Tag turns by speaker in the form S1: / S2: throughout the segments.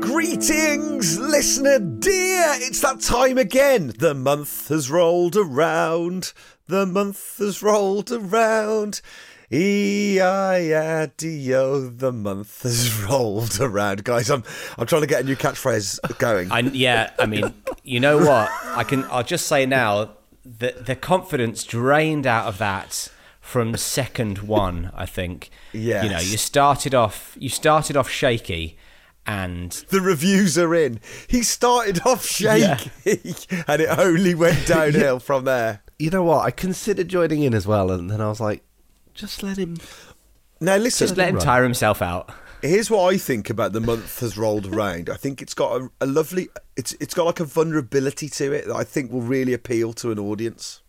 S1: Greetings, listener dear! It's that time again! The month has rolled around. The month has rolled around. E E-I-A-D-O, the month has rolled around. Guys, I'm I'm trying to get a new catchphrase going.
S2: I, yeah, I mean, you know what? I can. I'll just say now that the confidence drained out of that from second one. I think.
S1: Yes.
S2: You know, you started off. You started off shaky, and
S1: the reviews are in. He started off shaky and it only went downhill from there.
S3: You know what? I considered joining in as well, and then I was like, just let him.
S1: Now listen,
S2: just let him tire himself out.
S1: Here's what I think about the month has rolled around. I think it's got a, a lovely, it's it's got like a vulnerability to it that I think will really appeal to an audience.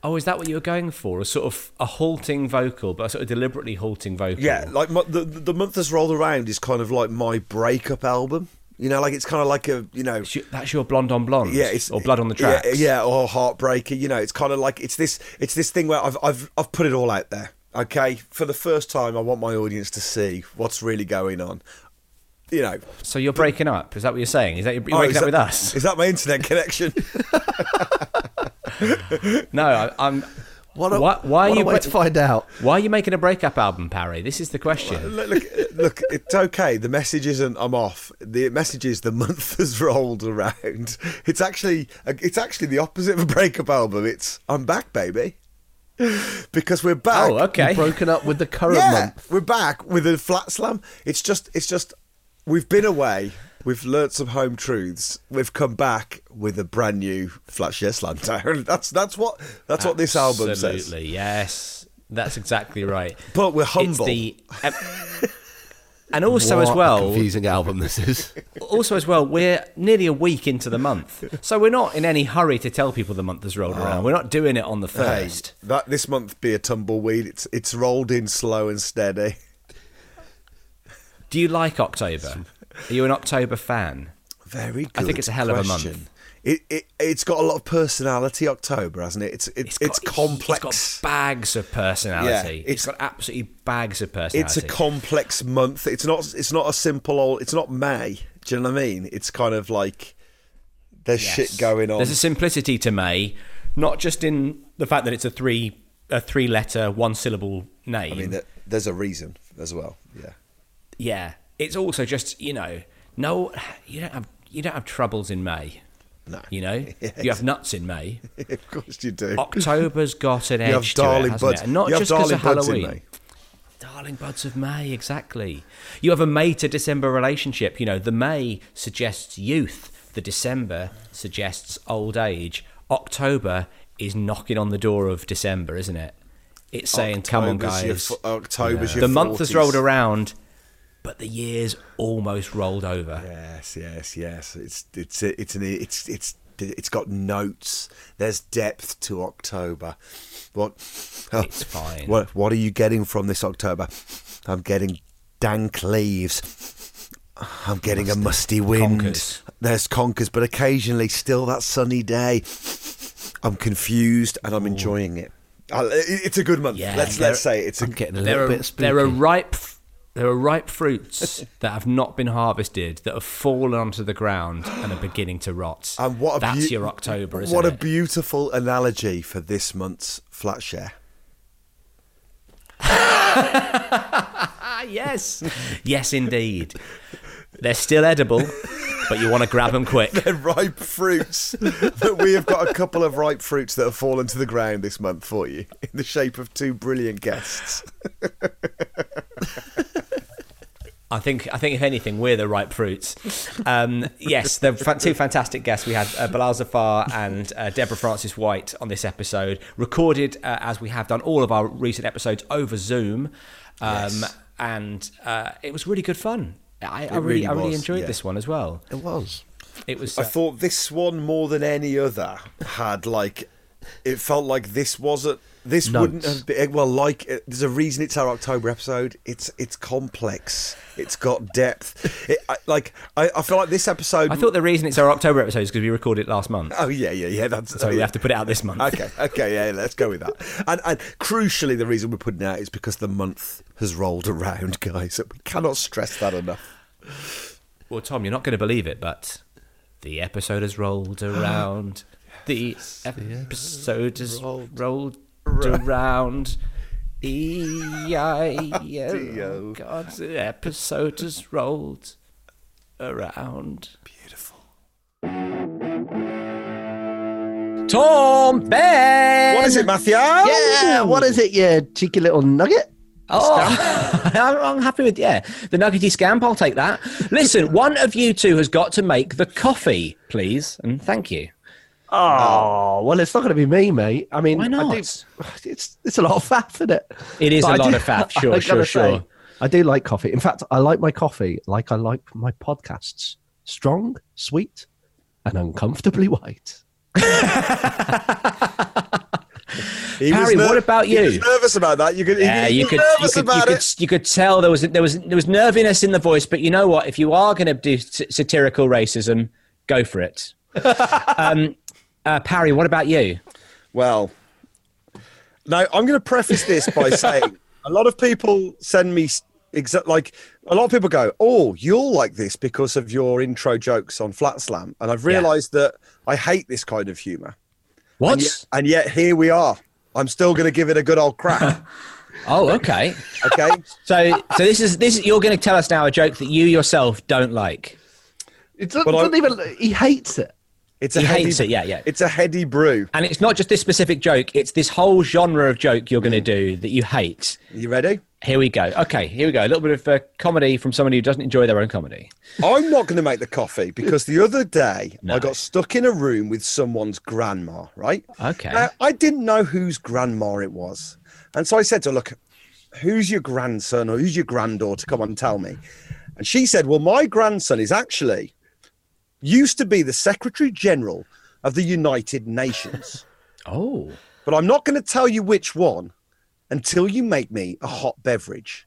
S2: Oh, is that what you were going for? A sort of a halting vocal, but a sort of deliberately halting vocal.
S1: Yeah, like my, the the month has rolled around is kind of like my breakup album. You know, like it's kind of like a you know.
S2: That's your- That's your blonde on blonde.
S1: Yeah, it's
S2: or blood on the tracks.
S1: Yeah, yeah, or heartbreaker. You know, it's kind of like it's this it's this thing where I've I've I've put it all out there. Okay, for the first time, I want my audience to see what's really going on. You know,
S2: So you're breaking up. Is that what you're saying? Is that you're
S1: Oh,
S2: breaking
S1: is
S2: up
S1: that-
S2: with us?
S1: Is that my internet connection?
S2: No, I, I'm.
S3: What a,
S2: why, why
S3: what
S2: are
S3: a
S2: you
S3: way
S2: bre-
S3: to find out?
S2: Why are you making a breakup album, Parry? This is the question.
S1: look, look, look, it's okay. The message isn't I'm off. The message is the month has rolled around. It's actually it's actually the opposite of a breakup album. It's I'm back, baby. Because we're back.
S2: Oh, okay.
S3: You've broken up with the current
S1: yeah,
S3: month.
S1: we're back with a flat slam. It's just it's just we've been away. We've learnt some home truths. We've come back with a brand new flat share slam down. That's that's what that's what this album says.
S2: Absolutely, yes. That's exactly right.
S1: But we're
S2: It's
S1: humble.
S2: the, um, and also
S3: What
S2: as
S3: a
S2: well,
S3: confusing album this is.
S2: also as well, we're nearly a week into the month, so we're not in any hurry to tell people the month has rolled around. We're not doing it on the
S1: Hey,
S2: first.
S1: that this month be a tumbleweed. It's it's rolled in slow and steady.
S2: Do you like October? Are you an October fan?
S1: Very good.
S2: I think it's a hell of a month.
S1: question. It, it it's got a lot of personality. October hasn't it? It's it's it's,
S2: got-
S1: complex.
S2: It's got bags of personality.
S1: Yeah,
S2: it's got absolutely bags of
S1: it's
S2: personality.
S1: a complex month. It's not it's not a simple old. It's not May. Do you know what I mean? It's kind of like there's
S2: Yes.
S1: shit going on.
S2: There's a simplicity to May, not just in the fact that it's a three a three letter one syllable name.
S1: I mean, there- there's a reason as well. Yeah.
S2: yeah, it's also just you know no you don't have you don't have troubles in May.
S1: No.
S2: You know
S1: Yes.
S2: you have nuts in May.
S1: of course you do.
S2: October's got an edge
S1: you have darling
S2: to it, hasn't
S1: buds.
S2: it? And not
S1: you have
S2: just because
S1: darling
S2: of
S1: buds
S2: Halloween.
S1: in May.
S2: Darling buds of May, exactly. You have a May to December relationship. You know, the May suggests youth, the December suggests old age. October is knocking on the door of December, isn't it? It's saying, come on,
S1: October's your
S2: guys.
S1: fo- October's
S2: the
S1: your
S2: month has
S1: 40s.
S2: rolled around, but the year's almost rolled over.
S1: Yes, yes, yes. It's it's it's an it's it's it's got notes. There's depth to October. What? oh,
S2: It's fine.
S1: What What are you getting from this October? I'm getting dank leaves. I'm getting a musty wind.
S2: Conkers.
S1: There's conkers, but occasionally still that sunny day. I'm confused and I'm enjoying it. I, it- it's a good month.
S2: Yeah,
S1: let's
S2: Uh, there-
S1: let's say it's a
S3: I'm getting a
S2: There
S3: little
S2: are,
S3: bit spooky.
S2: there are ripe there are ripe fruits that have not been harvested that have fallen onto the ground and are beginning to rot.
S1: And what a
S2: that's
S1: beau-
S2: your October, isn't
S1: What a
S2: it?
S1: beautiful analogy for this month's flat share.
S2: Ah, yes. yes, indeed. They're still edible, but you want to grab them quick.
S1: ripe fruits. but we have got a couple of ripe fruits that have fallen to the ground this month for you in the shape of two brilliant guests.
S2: I think I think if anything, we're the ripe fruits. Um, yes, the fa- two fantastic guests we had, uh, Bilal Zafar and uh, Deborah Francis White, on this episode, recorded uh, as we have done all of our recent episodes over Zoom, um, and uh, it was really good fun. I, I really,
S1: really
S2: I really
S1: was,
S2: enjoyed
S1: yeah.
S2: this one as well.
S3: It was.
S2: It was.
S1: I
S2: uh,
S1: thought this one more than any other had like it felt like this wasn't this
S3: Notes.
S1: wouldn't have been well like uh, there's a reason it's our October episode. It's it's complex. It's got depth. It, I, like I, I feel like this episode.
S2: I thought the reason it's our October episode is because we recorded it last month,
S1: Oh yeah, yeah, yeah. That's
S2: so we
S1: yeah.
S2: have to put it out this month.
S1: Okay, okay, yeah, let's go with that. And, and crucially, the reason we're putting it out is because the month has rolled around, guys. We cannot stress that enough.
S2: Well, Tom, you're not going to believe it, but the episode has rolled around. the episode has rolled, around.
S3: E
S2: E-I-O. God, the episode has rolled around. Beautiful. Tom Ben!
S1: What is it, Matthew?
S3: Yeah, what is it, you cheeky little nugget?
S2: Oh, I'm, I'm happy with yeah. The nuggety scamp, I'll take that. Listen, one of you two has got to make the coffee, please, and thank you.
S3: Oh, well, it's not going to be me, mate. I mean,
S2: Why
S3: I
S2: not?
S3: do, it's it's a lot of faff, isn't it?
S2: It is
S3: But
S2: a
S3: I
S2: lot
S3: do-
S2: of faff,
S3: I
S2: sure,
S3: gotta
S2: sure, sure.
S3: I do like coffee. In fact, I like my coffee like I like my podcasts strong, sweet, and uncomfortably white.
S1: He
S2: Harry,
S1: ner-
S2: what about
S1: he
S2: you?
S1: was nervous about that. You could,
S2: Yeah,
S1: he,
S2: you
S1: was
S2: could, you
S1: nervous
S2: could, you
S1: about
S2: could,
S1: it.
S2: you could tell there was there was there was nerviness in the voice. But you know what? If you are going to do s- satirical racism, go for it. um, uh, Parry, what about you?
S1: Well, now I'm going to preface this by saying a lot of people send me exa- like a lot of people go, "Oh, you'll like this because of your intro jokes on Flat Slam," and I've realised that I hate this kind of humour,
S2: What?
S1: and yet here we are. I'm still going to give it a good old crack.
S2: Oh, okay.
S1: Okay,
S2: So, so this is this. Is, you're going to tell us now a joke that you yourself don't like.
S3: It doesn't,
S1: But I-
S3: doesn't even. He hates it.
S1: it's a
S2: He
S1: heady,
S2: hates it, yeah, yeah.
S1: It's a heady brew.
S2: And it's not just this specific joke, it's this whole genre of joke you're going to do that you hate.
S1: Mm. You ready?
S2: Here we go. Okay, here we go. A little bit of uh, comedy from somebody who doesn't enjoy their own comedy.
S1: I'm not going to make the coffee because the other day I got stuck in a room with someone's grandma, right?
S2: Okay.
S1: Now, I didn't know whose grandma it was. And so I said to her, Look, who's your grandson or who's your granddaughter? Come on, tell me. And she said, Well, my grandson is actually used to be the Secretary General of the United Nations.
S2: Oh.
S1: but I'm not going to tell you which one until you make me a hot beverage.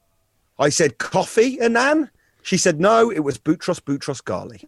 S1: I said, Coffee, Anan? She said, No, it was Boutros Boutros Ghali.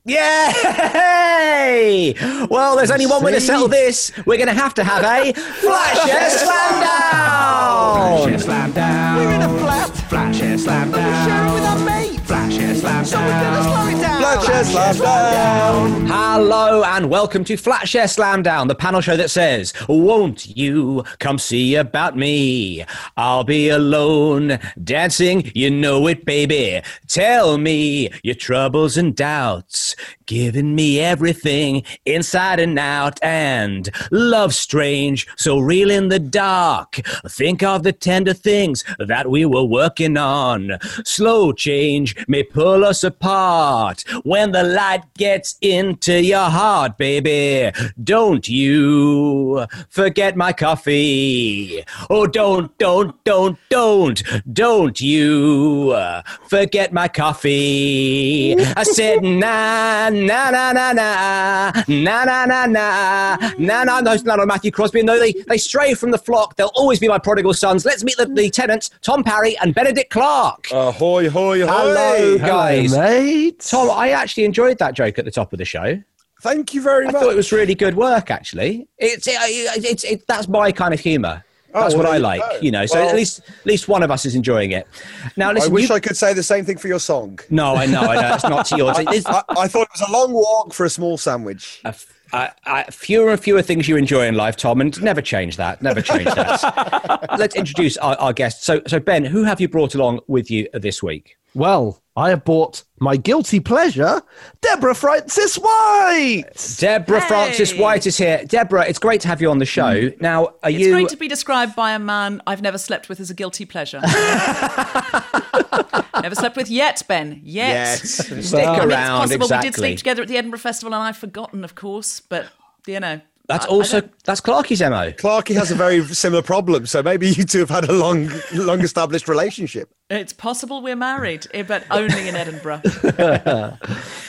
S2: Yay! Well, there's only one way to settle this. We're going to have to have a Flash and Slam Down!
S4: Flash slam down. We're in a flat. Flash and slam down. we share it with our mate. Flash and slam so down. we're gonna slow it down.
S2: Hello and welcome to Flatshare Slam Down, the panel show that says, Won't you come see about me? I'll be alone dancing, you know it, baby. Tell me your troubles and doubts, giving me everything inside and out, and love strange, so real in the dark. Think of the tender things that we were working on. Slow change may pull us apart when the light gets into your heart, baby. Don't you forget my coffee. Oh, don't, don't, don't, don't, don't you uh, forget my coffee. I said, na, na, na, na, na, na, na, na, na, na, na, no, no, no, Matthew Crosby. No, they, they stray from the flock. They'll always be my prodigal sons. Let's meet the, the tenants, Tom Parry and Benedict Clark.
S1: Ahoy, hoy, hoy.
S2: Hello, guys.
S3: Hello, mate.
S2: Tom, I actually enjoyed that joke at the top of the show.
S1: Thank you very
S2: I
S1: much.
S2: thought it was really good work, actually. It's it, it, it's- it, that's my kind of humour. That's
S1: Oh, well,
S2: what
S1: there
S2: I
S1: you
S2: like,
S1: go.
S2: you know. So
S1: Well-
S2: at least at least one of us is enjoying it. Now,
S1: I
S2: listen,
S1: wish
S2: you-
S1: I could say the same thing for your song.
S2: no, I know, I know, it's not to yours. It's,
S1: I, I thought it was a long walk for a small sandwich.
S2: uh, f- I- I- fewer and fewer things you enjoy in life, Tom, and never change that. Never change that. Let's introduce our, our guest. So, so Ben, who have you brought along with you this week?
S3: Well, I have bought my guilty pleasure, Deborah Francis White.
S2: Deborah Francis White is here. Deborah, it's great to have you on the show.
S3: Mm.
S2: Now, are
S5: It's
S2: you?
S5: going to be described by a man I've never slept with as a guilty pleasure. Never slept with yet, Ben. Yet.
S4: Yet. Stick
S5: I mean,
S4: around,
S5: It's possible we did
S4: exactly.
S5: sleep together at the Edinburgh Festival, and I've forgotten, of course. But you know,
S2: That's
S5: I- I
S2: also
S5: don't-
S2: that's Clarky's mo.
S1: Clarky has a very similar problem, so maybe you two have had a long, long established relationship.
S5: it's possible we're married, eh, but only in Edinburgh.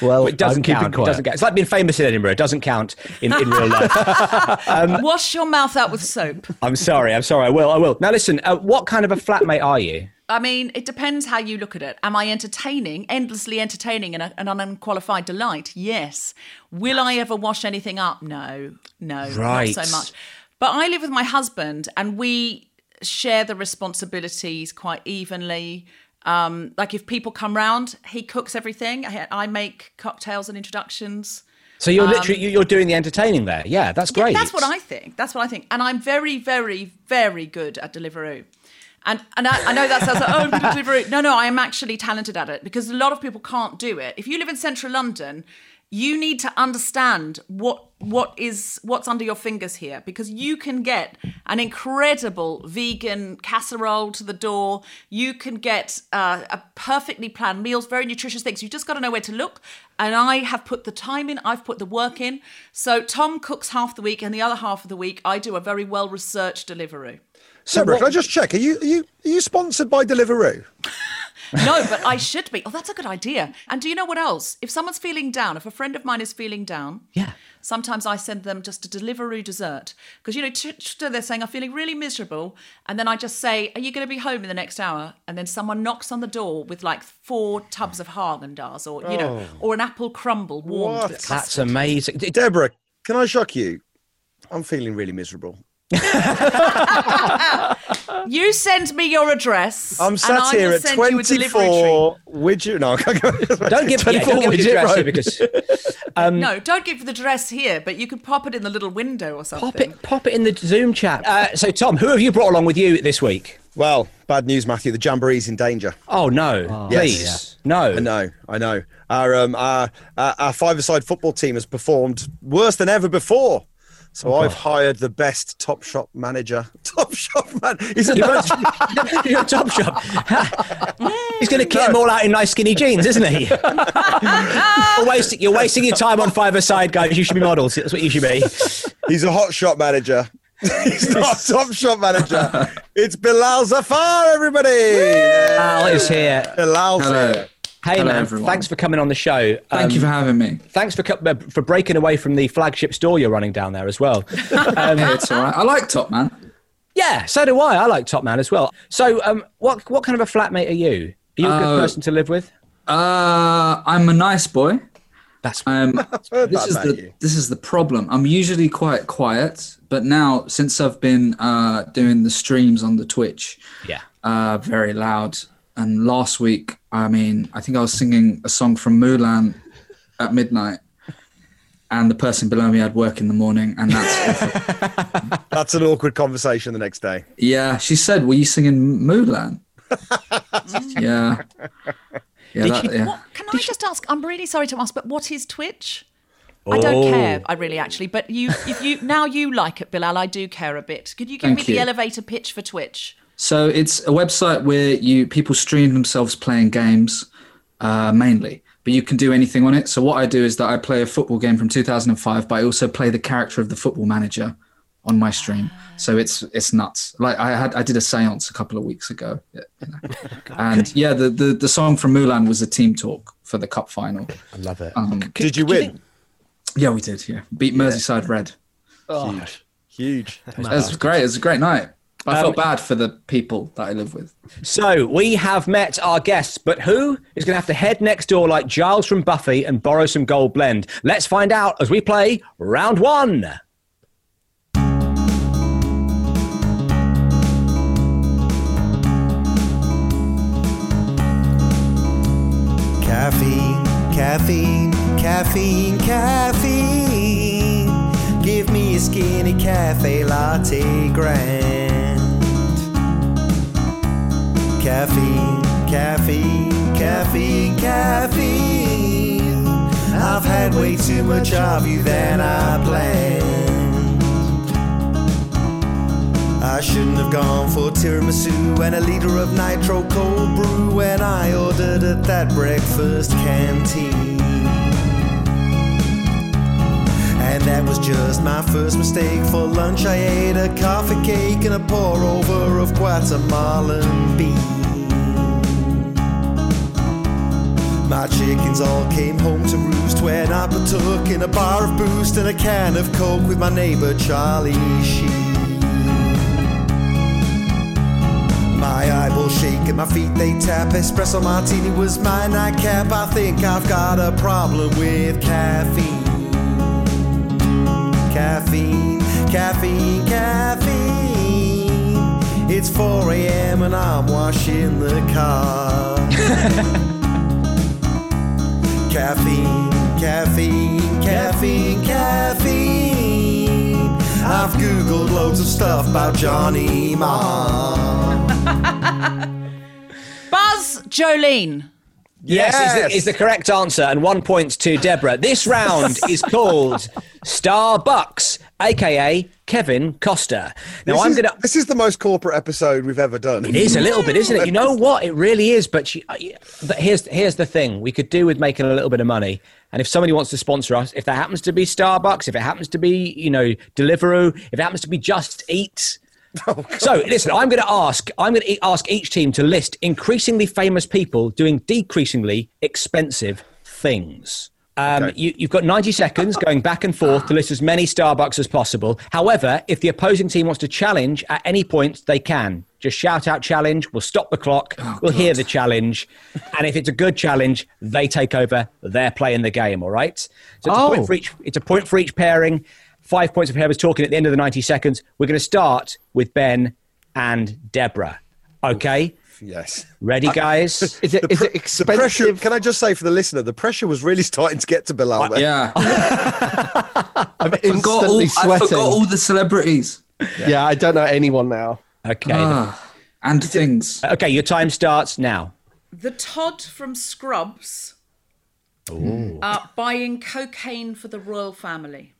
S3: Well,
S2: It doesn't
S3: I'm keeping
S2: count. It
S3: quiet.
S2: doesn't count. It's like being famous in Edinburgh. It doesn't count in, in real life. Um,
S5: Wash your mouth out with soap.
S2: I'm sorry. I'm sorry. I will. I will. Now listen. Uh, what kind of a flatmate are you?
S5: I mean, it depends how you look at it. Am I entertaining, endlessly entertaining, and a- an unqualified delight? Yes. Will I ever wash anything up? No, no,
S2: Right.
S5: not so much. But I live with my husband, and we share the responsibilities quite evenly. Um, like if people come round, he cooks everything. I, I make cocktails and introductions.
S2: So you're literally you- you're doing the entertaining there. Yeah, that's
S5: Um, Yeah,
S2: great.
S5: that's what I think. That's what I think. And I'm very, very, very good at Deliveroo. And and I, I know that sounds like oh I'm good at Deliveroo. No, no, I am actually talented at it because a lot of people can't do it. If you live in central London, you need to understand what what is what's under your fingers here because you can get an incredible vegan casserole to the door. You can get uh, a perfectly planned meals, very nutritious things. You just got to know where to look. And I have put the time in. I've put the work in. So Tom cooks half the week, and the other half of the week I do a very well researched delivery.
S1: Deborah, can I just check? Are you, are you, are you sponsored by Deliveroo?
S5: No, but I should be. Oh, that's a good idea. And do you know what else? If someone's feeling down, if a friend of mine is feeling down,
S2: Yeah.
S5: Sometimes I send them just a delivery dessert because you know t- t- they're saying I'm feeling really miserable, and then I just say, "Are you going to be home in the next hour?" And then someone knocks on the door with like four tubs of Haagen Dazs, or you know, or an apple crumble warmed
S1: Oh. What?
S5: with custard.
S2: That's amazing. D- d-
S1: Deborah, can I shock you? I'm feeling really miserable.
S5: You send me your address.
S1: I'm
S5: and I
S1: sat
S5: will
S1: here at
S5: send you a delivery treat.
S1: 24 widget. No, I can't go-
S2: Don't give, yeah, don't give me the
S1: 24 widget
S2: address
S1: road.
S2: here because um,
S5: No, don't give the address here, but you could pop it in the little window or something.
S2: pop it, pop it in the Zoom chat. Uh, so Tom, who have you brought along with you this week?
S1: Well, bad news, Matthew. The jamboree's in danger.
S2: Oh no!
S1: Yes.
S2: Please, no.
S1: I know, I know. Our um, our, our our five-a-side football team has performed worse than ever before. So
S2: Oh,
S1: I've hired the best Top Shop manager. Top Shop man. He's a manager.
S2: You're a Top Shop. He's going to get them all out in nice skinny jeans, isn't he? you're, wasting, you're wasting your time on five aside, guys. You should be models. That's what you should be.
S1: He's a hot shot manager. He's not a Top Shop manager. It's Bilal Zafar, everybody.
S2: Al is here.
S1: Bilal's here.
S2: Hey
S6: Hello,
S2: man,
S6: everyone.
S2: thanks for coming on the show. Um,
S6: Thank you for having me.
S2: Thanks for co- uh, for breaking away from the flagship store you're running down there as well. Um,
S6: Hey, it's all right. I like Top Man.
S2: yeah, so do I. I like Top Man as well. So, um, what what kind of a flatmate are you? Are you a good
S6: Uh,
S2: person to live with?
S6: Uh, I'm a nice boy.
S2: That's
S6: Um,
S1: heard
S6: this
S1: that
S6: is
S1: about
S6: the
S1: you.
S6: this is the problem. I'm usually quite quiet, but now since I've been uh, doing the streams on the Twitch,
S2: yeah.
S6: uh, very loud. And last week, I mean, I think I was singing a song from Mulan at midnight, and the person below me had work in the morning, and that's awful.
S1: That's an awkward conversation the next day.
S6: yeah. She said, "Were you singing Mulan?" yeah. Yeah, that,
S2: you-
S6: yeah.
S5: What, can I just ask? I'm really sorry to ask, but what is Twitch? I don't care. I really actually, but you, if you now you like it, Bilal. I do care a bit. Could you give
S6: Thank
S5: me the
S6: you.
S5: elevator pitch for Twitch?
S6: So it's a website where you people stream themselves playing games, uh, mainly. But you can do anything on it. So what I do is that I play a football game from 2005, but I also play the character of the football manager on my stream. So it's it's nuts. Like I had I did a séance a couple of weeks ago, you know. and yeah, the, the the song from Mulan was a team talk for the cup final. Um,
S2: I love it.
S1: Did you win?
S6: Yeah, we did. Yeah, Oh. beat Merseyside Red.
S1: Huge.
S6: It was great. It was a great night. I felt bad for the people that I live with.
S2: Um, So we have met our guests, but who is going to have to head next door like Giles from Buffy and borrow some gold blend? Let's find out as we play round one.
S7: Caffeine, caffeine, caffeine, caffeine. Give me a skinny cafe latte grand. Caffeine, caffeine, caffeine, caffeine. I've had way too much of you than I planned. I shouldn't have gone for tiramisu and a liter of nitro cold brew when I ordered at that breakfast canteen. And that was just my first mistake. For lunch, I ate a coffee cake and a pour over of Guatemalan beans. My chickens all came home to roost when I partook in a bar of boost and a can of coke with my neighbor Charlie Sheen. My eyeball shake and my feet they tap. Espresso martini was my nightcap. I think I've got a problem with caffeine. Caffeine, caffeine, caffeine. It's 4 a.m. and I'm washing the car. Caffeine, caffeine, caffeine, caffeine. I've googled loads of stuff about Johnny Marr.
S5: Buzz Jolene.
S2: Yes, Is, the, is the correct answer, and one point to Deborah. This round is called Starbucks, aka Kevin Costa. Now
S1: This
S2: I'm
S1: is-
S2: gonna.
S1: This is the most corporate episode we've ever done.
S2: It is a little bit, isn't it? You know what? It really is. But, she, uh, yeah, but here's here's the thing: we could do with making a little bit of money. And if somebody wants to sponsor us, if that happens to be Starbucks, if it happens to be you know Deliveroo, if it happens to be Just Eat. so listen, I'm going to ask. I'm going to ask each team to list increasingly famous people doing decreasingly expensive things. Um, you, you've got 90 seconds going back and forth to list as many Starbucks as possible. However, if the opposing team wants to challenge at any point, they can. Just shout out challenge. We'll stop the clock.
S3: Oh,
S2: we'll hear the challenge. and if it's a good challenge, they take over. They're playing the game, all right? So it's, a,
S3: Oh.
S2: point for each, it's a point for each pairing. Five points of whoever's talking at the end of the 90 seconds. We're going to start with Ben and Deborah. Okay?
S1: Yes.
S2: Ready, guys?
S3: Is it,
S1: The
S3: is
S1: pre-
S3: it
S1: The pressure,
S3: expensive?
S1: can I just say for the listener, the pressure was really starting to get to Bilal there.
S6: Yeah.
S3: I'm
S6: I forgot, all,
S3: instantly
S6: I forgot
S3: sweating.
S6: all the celebrities
S3: yeah. I don't know anyone now.
S2: Okay.
S6: Ah, and things.
S2: Okay, your time starts now.
S5: The Todd from Scrubs. Uh, buying cocaine for the royal family.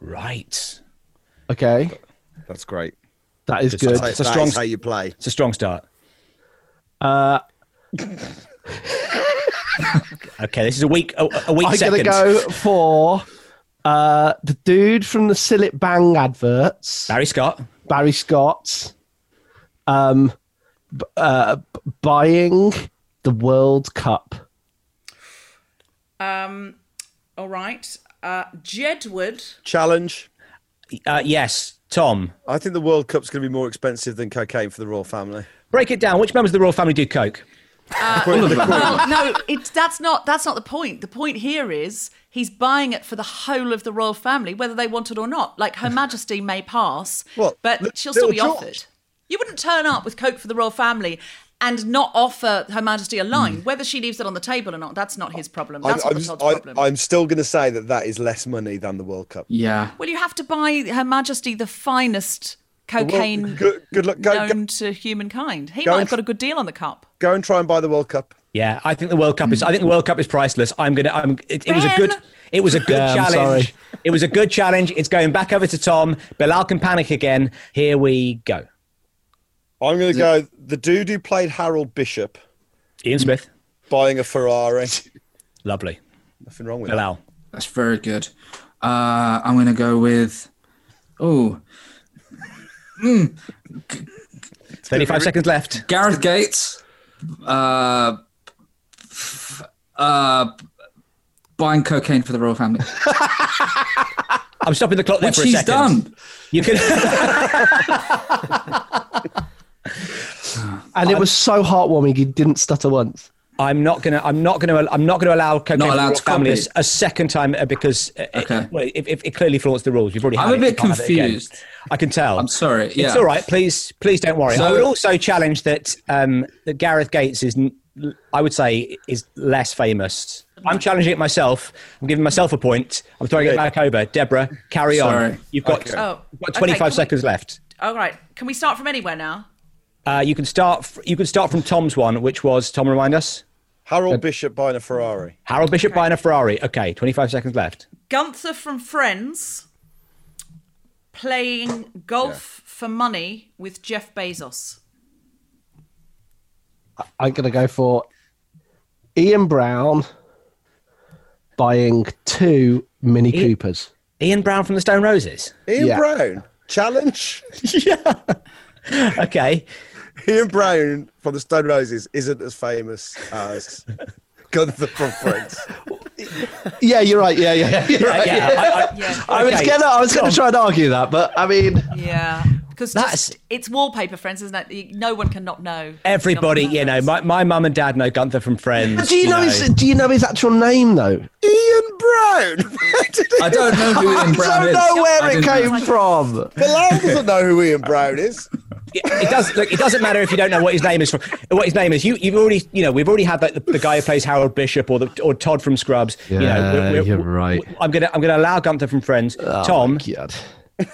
S2: Right.
S3: Okay,
S1: That's great.
S3: that is
S1: That's
S3: good.
S1: how-
S2: It's a
S1: that
S2: strong-
S1: is how you play.
S2: It's a strong start. Uh, okay, this is a weak, a, a weak
S3: I'm
S2: second.
S3: gonna go for uh, the dude from the Sillet Bang adverts,
S2: Barry Scott.
S3: Barry Scott, um, b- uh, b- buying the World Cup.
S5: Um, All right. Uh, Jedward.
S1: Challenge.
S2: Uh, yes, Tom.
S1: I think the World Cup's going to be more expensive than cocaine for the royal family.
S2: Break it down. Which members of the royal family do coke?
S5: Well, no, it's that's not that's not the point. The point here is he's buying it for the whole of the royal family, whether they want it or not. Like Her Majesty may pass,
S1: What?
S5: but
S1: Li-
S5: she'll still
S1: little
S5: be
S1: George?
S5: offered. You wouldn't turn up with coke for the royal family and not offer Her Majesty a line, whether she leaves it on the table or not. That's not his problem. That's
S1: I'm,
S5: not
S1: I'm-
S5: the Todd's
S1: Hmm. I-
S5: problem.
S1: I'm still going to say that that is less money than the World Cup.
S6: Yeah.
S5: Well, you have to buy Her Majesty the finest
S1: Well,
S5: cocaine
S1: good, good luck. Go, go,
S5: known to humankind. He
S1: Go
S5: might
S1: and
S5: have got
S1: tr-
S5: a good deal on the cup.
S1: go and try and buy the World Cup.
S2: Yeah, I think the World Cup is. I think the World Cup is priceless. I'm gonna. I'm. It, it was a good.
S5: Ben!
S2: It was a good
S3: Yeah, I'm
S2: challenge.
S3: sorry.
S2: It was a good challenge. It's going back over to Tom. Bilal can panic again. Here we go.
S1: I'm going to go. The dude who played Harold Bishop
S2: Ian Smith.
S1: buying a Ferrari.
S2: Lovely.
S1: Nothing wrong with
S2: Bilal.
S6: That's very good. Uh, I'm gonna go with oh
S2: Thirty-five seconds left.
S6: Gareth Gates, uh, f- uh, buying cocaine for the royal family,
S2: I'm stopping the clock there
S6: which
S2: for a
S6: he's
S2: second.
S6: done.
S2: You can.
S3: And it was so heartwarming. He didn't stutter once.
S2: I'm not gonna. I'm not gonna. I'm not gonna allow cocaine
S6: Not
S2: for the
S6: allowed
S2: royal
S6: to
S2: family a,
S6: copy.
S2: a second time uh, because uh,
S6: Okay.
S2: it, well, it, it, it clearly flaunts the rules. You've already. had
S6: I'm a
S2: it,
S6: bit
S2: you can't have it again.
S6: confused.
S2: I can tell.
S6: I'm sorry, yeah.
S2: It's all right. Please, please don't worry. I
S6: So-
S2: would also challenge that um, that Gareth Gates is. n- I would say is less famous. I'm challenging it myself. I'm giving myself a point. I'm throwing it back over. Deborah, carry
S6: Sorry.
S2: on. You've got,
S5: Oh,
S2: you've got
S5: okay,
S2: 25
S5: can we-
S2: seconds left.
S5: All right. Can we start from anywhere now?
S2: Uh, you can start. f- You can start from Tom's one, which was Tom. Remind us. Uh,
S1: Harold Bishop buying a Ferrari.
S2: Harold Bishop buying a Ferrari. Okay, 25 seconds left.
S5: Gunther from Friends playing golf for money with Jeff Bezos.
S3: I'm going to go for Ian Brown buying two Mini
S2: Ian-
S3: Coopers.
S2: Ian Brown from the Stone Roses.
S1: Ian
S3: Yeah.
S1: Brown challenge.
S2: yeah. okay.
S1: Ian Brown from the Stone Roses isn't as famous as Gunther from Friends.
S3: Yeah, you're right. Yeah, yeah, yeah. you're right.
S2: Yeah. I, I,
S5: Yeah,
S3: I was
S2: Okay,
S3: gonna, I was gonna try and argue that, but I mean,
S5: yeah. Because
S2: That's-
S5: it's wallpaper, friends, isn't it? You- No one cannot know.
S2: everybody,
S5: Not-
S2: you know, my, my mum and dad know Gunther from Friends.
S3: do you know his, do you know his actual name though?
S1: Ian Brown. Where did he-
S6: I don't know who Ian Brown
S3: I
S6: is.
S3: don't know
S6: I
S3: where it
S6: didn't
S3: came
S6: know.
S3: from.
S1: Bilal doesn't know who Ian Brown is.
S2: it, it does look. It doesn't matter if you don't know what his name is from. What his name is. You, you've already, you know, we've already had like, the, the guy who plays Harold Bishop or the or Todd from Scrubs. you know,
S3: Yeah, you're right.
S2: I'm gonna I'm gonna allow Gunther from Friends. Tom,
S3: Oh, God.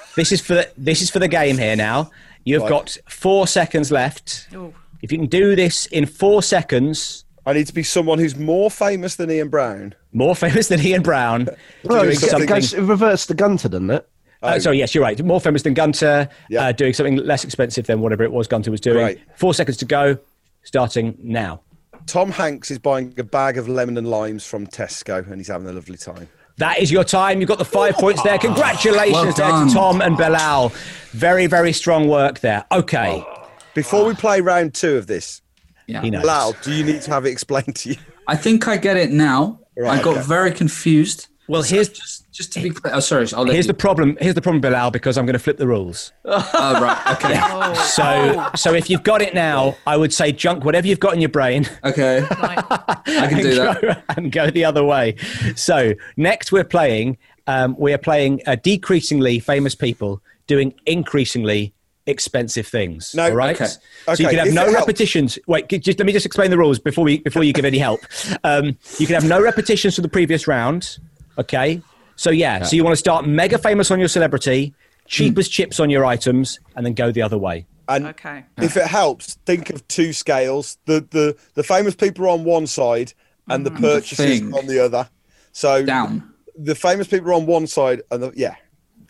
S2: this is for the, this is for the game here now. You've got four seconds left.
S5: Ooh.
S2: If you can do this in four seconds,
S1: I need to be someone who's more famous than Ian Brown.
S2: more famous than Ian Brown,
S3: Well,
S2: doing
S3: it's, it
S2: something.
S3: goes- it reversed the gun to them, it?
S2: Uh, sorry, yes, you're right. More famous than Gunter,
S1: Yeah.
S2: uh, doing something less expensive than whatever it was Gunter was doing.
S1: Right.
S2: Four seconds to go, starting now.
S1: Tom Hanks is buying a bag of lemon and limes from Tesco and he's having a lovely time.
S2: That is your time. You've got the five points
S3: Ah.
S2: there. Congratulations
S6: Well
S2: there
S6: done.
S2: to Tom and Belal. Very, very strong work there. Okay.
S1: Before we play round two of this,
S6: Yeah.
S2: He knows.
S1: Bilal, do you need to have it explained to you?
S6: I think I get it now.
S1: Right,
S6: I got
S1: okay.
S6: very confused.
S2: Well, here's
S6: Just, just to be clear. Oh, sorry. I'll let
S2: here's
S6: you.
S2: the problem. Here's the problem, Belal, because I'm going to flip the rules.
S6: Oh, right. Okay.
S2: So, so if you've got it now, I would say junk whatever you've got in your brain
S6: Okay. I can
S2: and
S6: do that.
S2: go, and go the other way. So next, we're playing. Um, we are playing uh, decreasingly famous people doing increasingly expensive things.
S1: No,
S2: all right.
S6: okay.
S2: So you
S1: Okay,
S2: can have
S1: if it
S2: no
S1: helps.
S2: repetitions. Wait, c- just let me just explain the rules before we before you give any help. Um, you can have no repetitions from the previous round. Okay. So yeah. So you want to start mega famous on your celebrity, cheap as chips on your items, and then go the other way.
S1: And
S5: Okay.
S1: if it helps, think of two scales. The the the famous people are on one side and the purchases
S6: Thing.
S1: are on the other. So
S6: Down.
S1: The famous people are on one side and the yeah.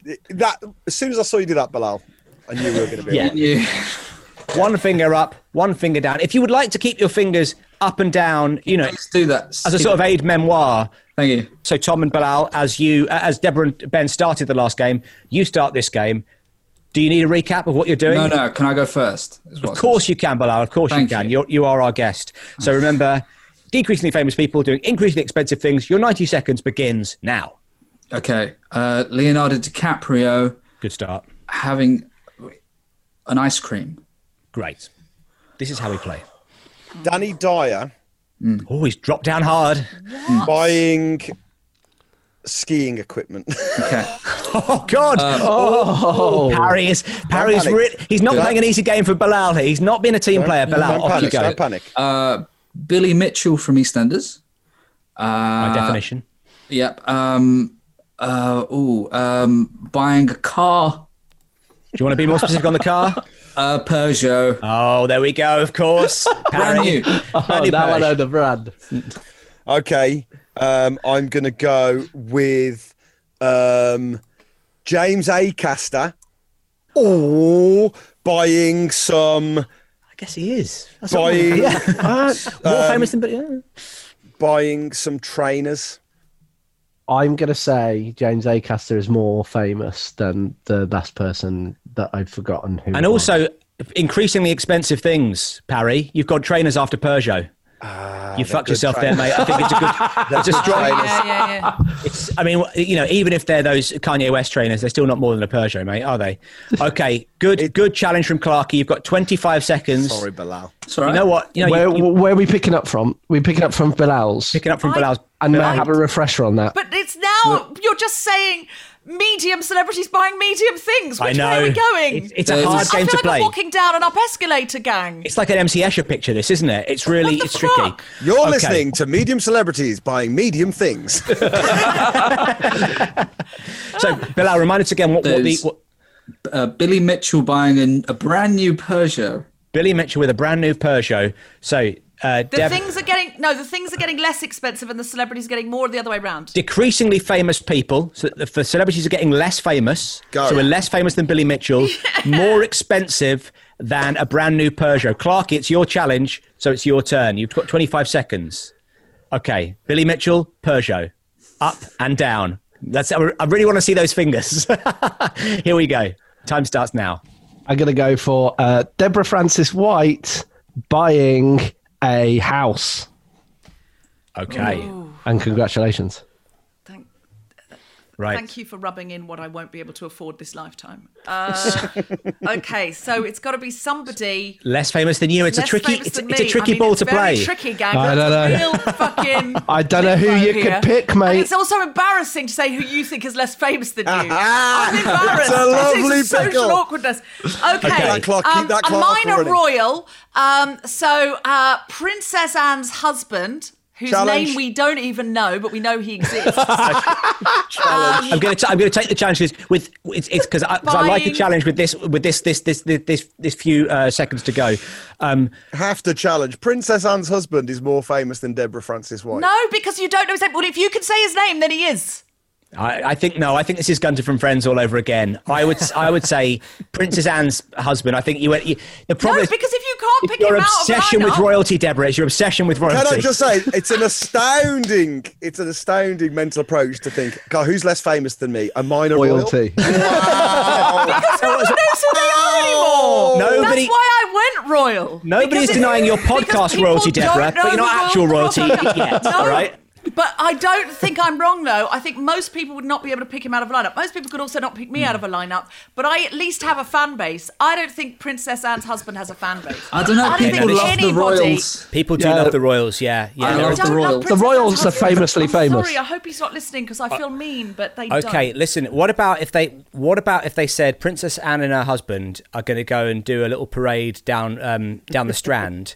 S1: It- That as soon as I saw you do that, Bilal, I knew we were going to be.
S2: Yeah.
S6: Yeah.
S2: One finger up, one finger down. If you would like to keep your fingers up and down, you know,
S6: Let's do that.
S2: as a sort of aid memoir.
S6: Thank you.
S2: So Tom and Bilal, as you, as Deborah and Ben started the last game, you start this game. Do you need a recap of what you're doing?
S6: No, no. Can I go first?
S2: Of course you can, Bilal. Of course
S6: Thank
S2: you can.
S6: you.
S2: You're, you are our guest. So remember, decreasingly famous people doing increasingly expensive things. Your 90 seconds begins now.
S6: Okay. Uh, Leonardo DiCaprio
S2: Good start.
S6: having an ice cream.
S2: Great. This is how we play.
S1: Danny Dyer
S2: Oh, he's dropped down hard.
S1: buying skiing equipment.
S6: Okay.
S2: Oh God!
S1: Um,
S2: oh, Parry is Parry is
S1: panic.
S2: re- he's not
S1: Don't-
S2: playing an easy game for Bilal. here. He's not been a team player. Bilal,
S1: don't
S2: off you
S1: panic,
S2: go.
S1: don't panic.
S6: Uh, Billy Mitchell from EastEnders. Uh,
S2: By definition,
S6: Yep. Um, uh, ooh, um, buying a car,
S2: do you want to be more specific on the car?
S6: a Peugeot.
S2: Oh, there we go. Of course,
S6: brand
S2: Parry.
S6: new.
S2: Only
S3: that
S2: Peugeot.
S3: one over Brad.
S1: Okay, um, I'm going to go with um, James Acaster or buying some
S2: Oh. I guess he is. That's what-
S1: buying um,
S2: more famous than, but yeah.
S1: buying some trainers.
S3: I'm gonna say James Acaster is more famous than the last person that I've forgotten who.
S2: And
S3: it was.
S2: also, increasingly expensive things, Parry. You've got trainers after Peugeot.
S1: Ah,
S2: you fucked yourself there, mate. I think it's a good, it's a strong.
S5: Yeah, yeah, yeah.
S2: It's, I mean, you know, even if they're those Kanye West trainers, they're still not more than a Peugeot, mate, are they? Okay, good, good challenge from Clarky. You've got 25 seconds.
S1: Sorry, Bilal.
S6: Sorry.
S2: You know what? You know,
S3: where,
S2: you, you
S3: where are we picking up from? We're picking up from Bilal's.
S2: picking up from Bilal's.
S3: And may I
S2: Bilal.
S3: have a refresher on that?
S5: But it's now you're just saying medium celebrities buying medium things. Which
S2: I know.
S5: way are we going?
S2: It's, it's a
S6: There's-
S2: hard
S5: I
S2: game
S5: feel
S2: to
S5: like
S2: play.
S5: I'm walking down an up escalator, gang.
S2: It's like an MC Escher picture, this, isn't it? It's really,
S5: What the
S2: it's tricky.
S5: fuck?
S1: You're
S2: Okay.
S1: listening to medium celebrities buying medium things.
S2: So, Bilal, remind us again what, what the
S6: There's-
S2: what,
S6: Uh, Billy Mitchell buying a, a brand new Peugeot.
S2: Billy Mitchell with a brand new Peugeot. So, uh,
S5: The
S2: Dev-
S5: things are getting no. The things are getting less expensive, and the celebrities are getting more the other way around.
S2: decreasingly famous people. So the the celebrities are getting less famous.
S1: Go.
S2: So we're less famous than Billy Mitchell, more expensive than a brand new Peugeot. Clark, it's your challenge, so it's your turn. You've got 25 seconds. Okay, Billy Mitchell, Peugeot, up and down. That's. I I really want to see those fingers. Here we go. Time starts now.
S3: I'm going to go for uh, Deborah Francis White buying a house.
S2: Okay.
S3: And congratulations.
S5: Thank,
S2: Right.
S5: thank you for rubbing in what I won't be able to afford this lifetime. Uh, okay, so it's got to be somebody.
S2: Less famous than you. It's
S5: less
S2: a tricky.
S5: famous
S2: It's,
S5: than
S2: it's a
S5: me.
S2: tricky
S5: I mean,
S2: ball
S5: it's
S2: to
S5: very
S2: play.
S5: Tricky gang.
S3: I
S5: I
S3: don't know.
S5: Real fucking.
S3: I don't know who
S5: limbo
S3: you could
S5: here.
S3: pick,
S5: And
S3: mate.
S5: it's also embarrassing to say who you think is less famous than you.
S1: Ah,
S5: I'm embarrassed.
S1: it's a lovely
S5: this is social
S1: pickle.
S5: awkwardness. Okay,
S1: That clock- keep
S5: um,
S1: that clock
S5: and
S1: up
S5: mine are
S1: and running.
S5: royal. Um, so uh, Princess Anne's husband. Whose
S1: Challenge.
S5: name we don't even know, but we know he exists.
S2: I'm going to I'm going to take the challenge with- with it's because I, 'cause I like the
S5: Buying-
S2: challenge with this with this this this this this, this few uh, seconds to go. Um,
S1: Have to challenge. Princess Anne's husband is more famous than Deborah Francis White.
S5: no, because you don't know his name. Well, if you can say his name, then he is.
S2: I, I think no, I think this is Gunter from Friends all over again. I would I would say Princess Anne's husband. I think you went you, the problem
S5: No,
S2: is
S5: because if you can't
S2: it's
S5: pick
S2: your
S5: him out of
S2: obsession with
S5: lineup-
S2: royalty, Deborah. It's your obsession with royalty.
S1: Can I just say it's an astounding, it's an astounding mental approach to think, God, who's less famous than me? And mine are royal.
S3: Loyalty.
S5: Because no one knows who they are anymore.
S2: Nobody-
S5: That's why I went royal.
S2: Nobody's
S5: Because it-
S2: denying your
S5: because
S2: podcast
S5: people
S2: royalty,
S5: don't
S2: Deborah, but
S5: know
S2: you're not
S5: the
S2: actual
S5: world
S2: royalty
S5: of-
S2: yet,
S5: No,
S2: all right?
S5: But I don't think I'm wrong, though. I think most people would not be able to pick him out of a lineup. Most people could also not pick me
S2: Hmm.
S5: out of a lineup. But I at least have a fan base. I don't think Princess Anne's husband has a fan base.
S6: I don't know.
S5: I don't
S6: people
S5: think
S6: love
S5: anybody-
S6: the Royals.
S2: People do
S3: Yeah.
S2: love the royals. Yeah, yeah.
S6: I
S2: they're-
S6: love
S5: Don't
S6: the
S5: love
S6: Royals.
S5: Princess
S3: The Royals
S5: Anne's
S3: are
S5: husband.
S3: famously
S5: I'm
S3: famous.
S5: Sorry, I hope he's not listening because I feel mean, but they
S2: Okay,
S5: don't.
S2: listen. What about if they? What about if they said Princess Anne and her husband are going to go and do a little parade down um, down the Strand?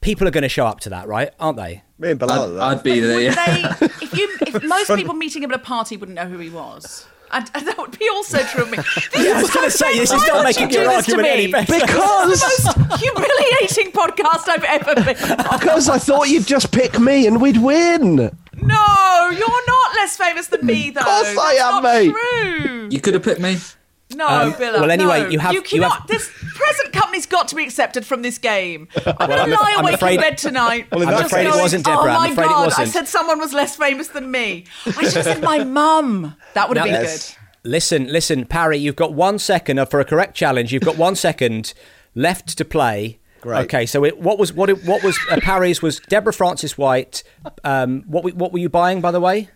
S2: People are going to show up to that, right? Aren't they?
S1: Oh. Me and Bilal. are
S6: I'd,
S1: that.
S6: I'd be there.
S5: Would
S6: Yeah.
S5: they, if you, if most people meeting him at a party wouldn't know who he was. And, and that would be also true of me. This is
S2: I was going to say this is
S5: Why
S2: not
S5: would you
S2: making
S5: do
S2: your
S5: this to
S2: argument any
S5: me?
S2: better.
S3: Because,
S5: the most humiliating podcast I've ever been. on.
S3: because I thought you'd just pick me and we'd win.
S5: No, you're not less famous than me, though. Of
S3: course I
S5: not
S3: am, mate.
S5: True.
S6: You could have picked me.
S5: No,
S2: Um,
S5: Bill.
S2: well, anyway,
S5: no.
S2: you have-
S5: You
S2: you have-
S5: cannot. This present company's got to be accepted from this game. I'm
S2: I'm
S5: going to
S2: af-
S5: lie
S2: I'm
S5: awake
S2: afraid-
S5: in bed tonight.
S2: Well, I'm
S5: just
S2: afraid it
S5: going,
S2: wasn't,
S5: Oh
S2: Deborah. I'm
S5: my
S2: afraid it
S5: god!
S2: wasn't."
S5: I said someone was less famous than me. I should have said my mum. That would have
S2: Now-
S5: been
S1: Yes.
S5: good.
S2: Listen, listen, Parry. You've got one second uh, for a correct challenge. You've got one second left to play.
S1: Great.
S2: Okay, so it, what was what it, what was uh, Parry's was Deborah Francis White. Um, what we- what were you buying, by the way?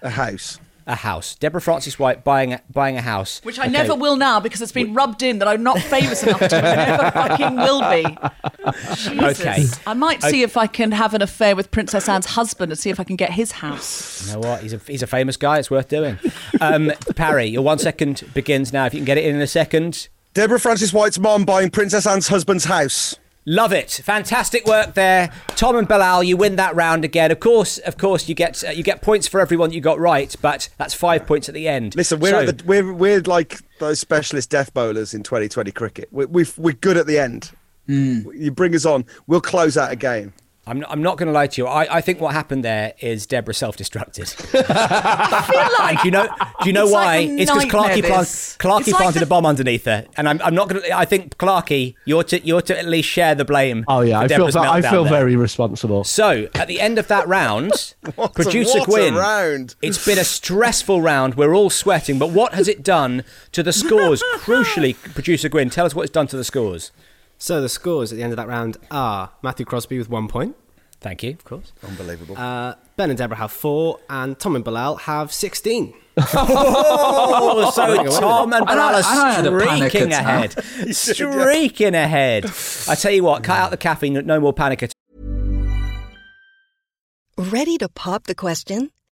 S1: A house.
S2: A house. Deborah Francis White buying a, buying a house.
S5: Which I
S2: Okay.
S5: never will now because it's been rubbed in that I'm not famous enough to. I never fucking will be. Jesus.
S2: Okay.
S5: I might see if I can have an affair with Princess Anne's husband and see if I can get his house.
S2: You know what? He's a, he's a famous guy. It's worth doing. Um, Parry, your one second begins now. If you can get it in in a second.
S1: Deborah Francis White's mom buying Princess Anne's husband's house.
S2: Love it. Fantastic work there. Tom and Bilal, you win that round again. Of course, of course, you get uh, you get points for everyone you got right, but that's five points at the end.
S1: Listen, we're,
S2: So-
S1: at the, we're, we're like those specialist death bowlers in 2020 cricket. We're, we've, we're good at the end. You bring us on, we'll close out a game.
S2: I'm not, I'm not going to lie to you. I, I think what happened there is Deborah self-destructed.
S5: I feel like
S2: And do you know? Do you know
S5: It's
S2: why?
S5: like a
S2: it's because Clarkey,
S5: nightmare,
S2: plant,
S5: this.
S2: Clarkey
S5: It's like
S2: planted
S5: the-
S2: a bomb underneath her, and I'm, I'm not going to. I think Clarkey, you're to you're to at least share the blame.
S3: Oh yeah,
S2: for
S3: I feel
S2: Deborah's
S3: ve- I
S2: meltdown
S3: feel
S2: there.
S3: very responsible.
S2: So at the end of that round,
S1: What a-
S2: producer
S1: what a
S2: Gwyn,
S1: round.
S2: it's been a stressful round. We're all sweating, but what has it done to the scores? Crucially, producer Gwyn, tell us what it's done to the scores.
S8: So the scores at the end of that round are Matthew Crosby with one point.
S2: Thank you, of course.
S1: Unbelievable.
S8: Uh, ben and Deborah have four, and Tom and Bilal have 16.
S2: Oh, so Tom and
S6: I-
S2: Brad
S6: I had a
S2: are
S6: panic
S2: streaking
S6: attack.
S2: ahead, streaking ahead. I tell you what, cut out the caffeine. No more panic attacks.
S9: Ready to pop the question?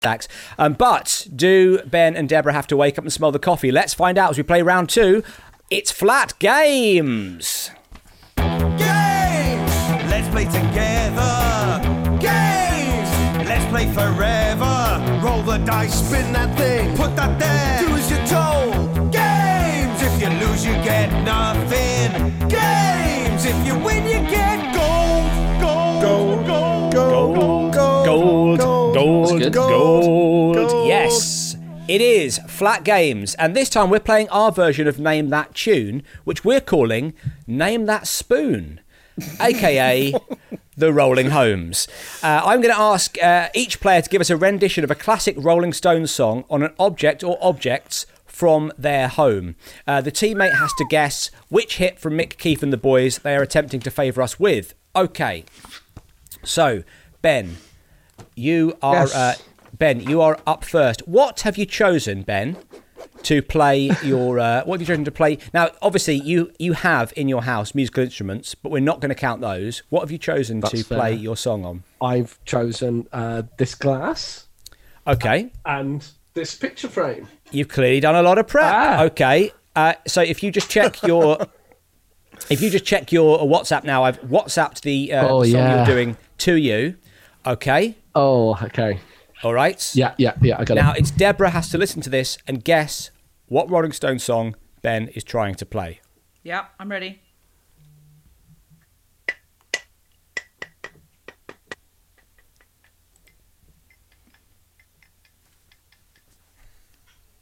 S2: Thanks. Um, but do Ben and Deborah have to wake up and smell the coffee? Let's find out as we play round two. It's flat games.
S1: Games! Let's play together. Games! Let's play forever. Roll the dice, spin that thing, put that there. Do as you're told. Games! If you lose, you get nothing. Games! If you win, you get gold. Gold. Gold. Gold.
S2: Gold, gold, gold, gold, Yes, it is Flat Games, and this time we're playing our version of Name That Tune, which we're calling Name That Spoon, aka the Rolling Homes. Uh, I'm going to ask uh, each player to give us a rendition of a classic Rolling Stones song on an object or objects. From their home. Uh, the teammate has to guess which hit from Mick Keefe and the boys they are attempting to favour us with. Okay, so, Ben, you are
S3: Yes.
S2: uh, Ben. You are up first. What have you chosen, Ben, to play your? Uh, what have you chosen to play? Now, obviously, you you have in your house musical instruments, but we're not going to count those. What have you chosen
S3: That's
S2: to
S3: fair.
S2: play your song on?
S3: I've chosen uh, this glass
S2: Okay,
S3: and this picture frame.
S2: you've clearly done a lot of prep.
S3: Ah.
S2: Okay, uh, so if you just check your. If you just check your WhatsApp now, I've WhatsApped the uh,
S3: Oh,
S2: song
S3: yeah.
S2: you're doing to you. Okay,
S3: Oh, okay.
S2: all right.
S3: Yeah, yeah, yeah. I got
S2: Now
S3: it.
S2: it's Deborah has to listen to this and guess what Rolling Stone song Ben is trying to play.
S5: Yeah, I'm ready.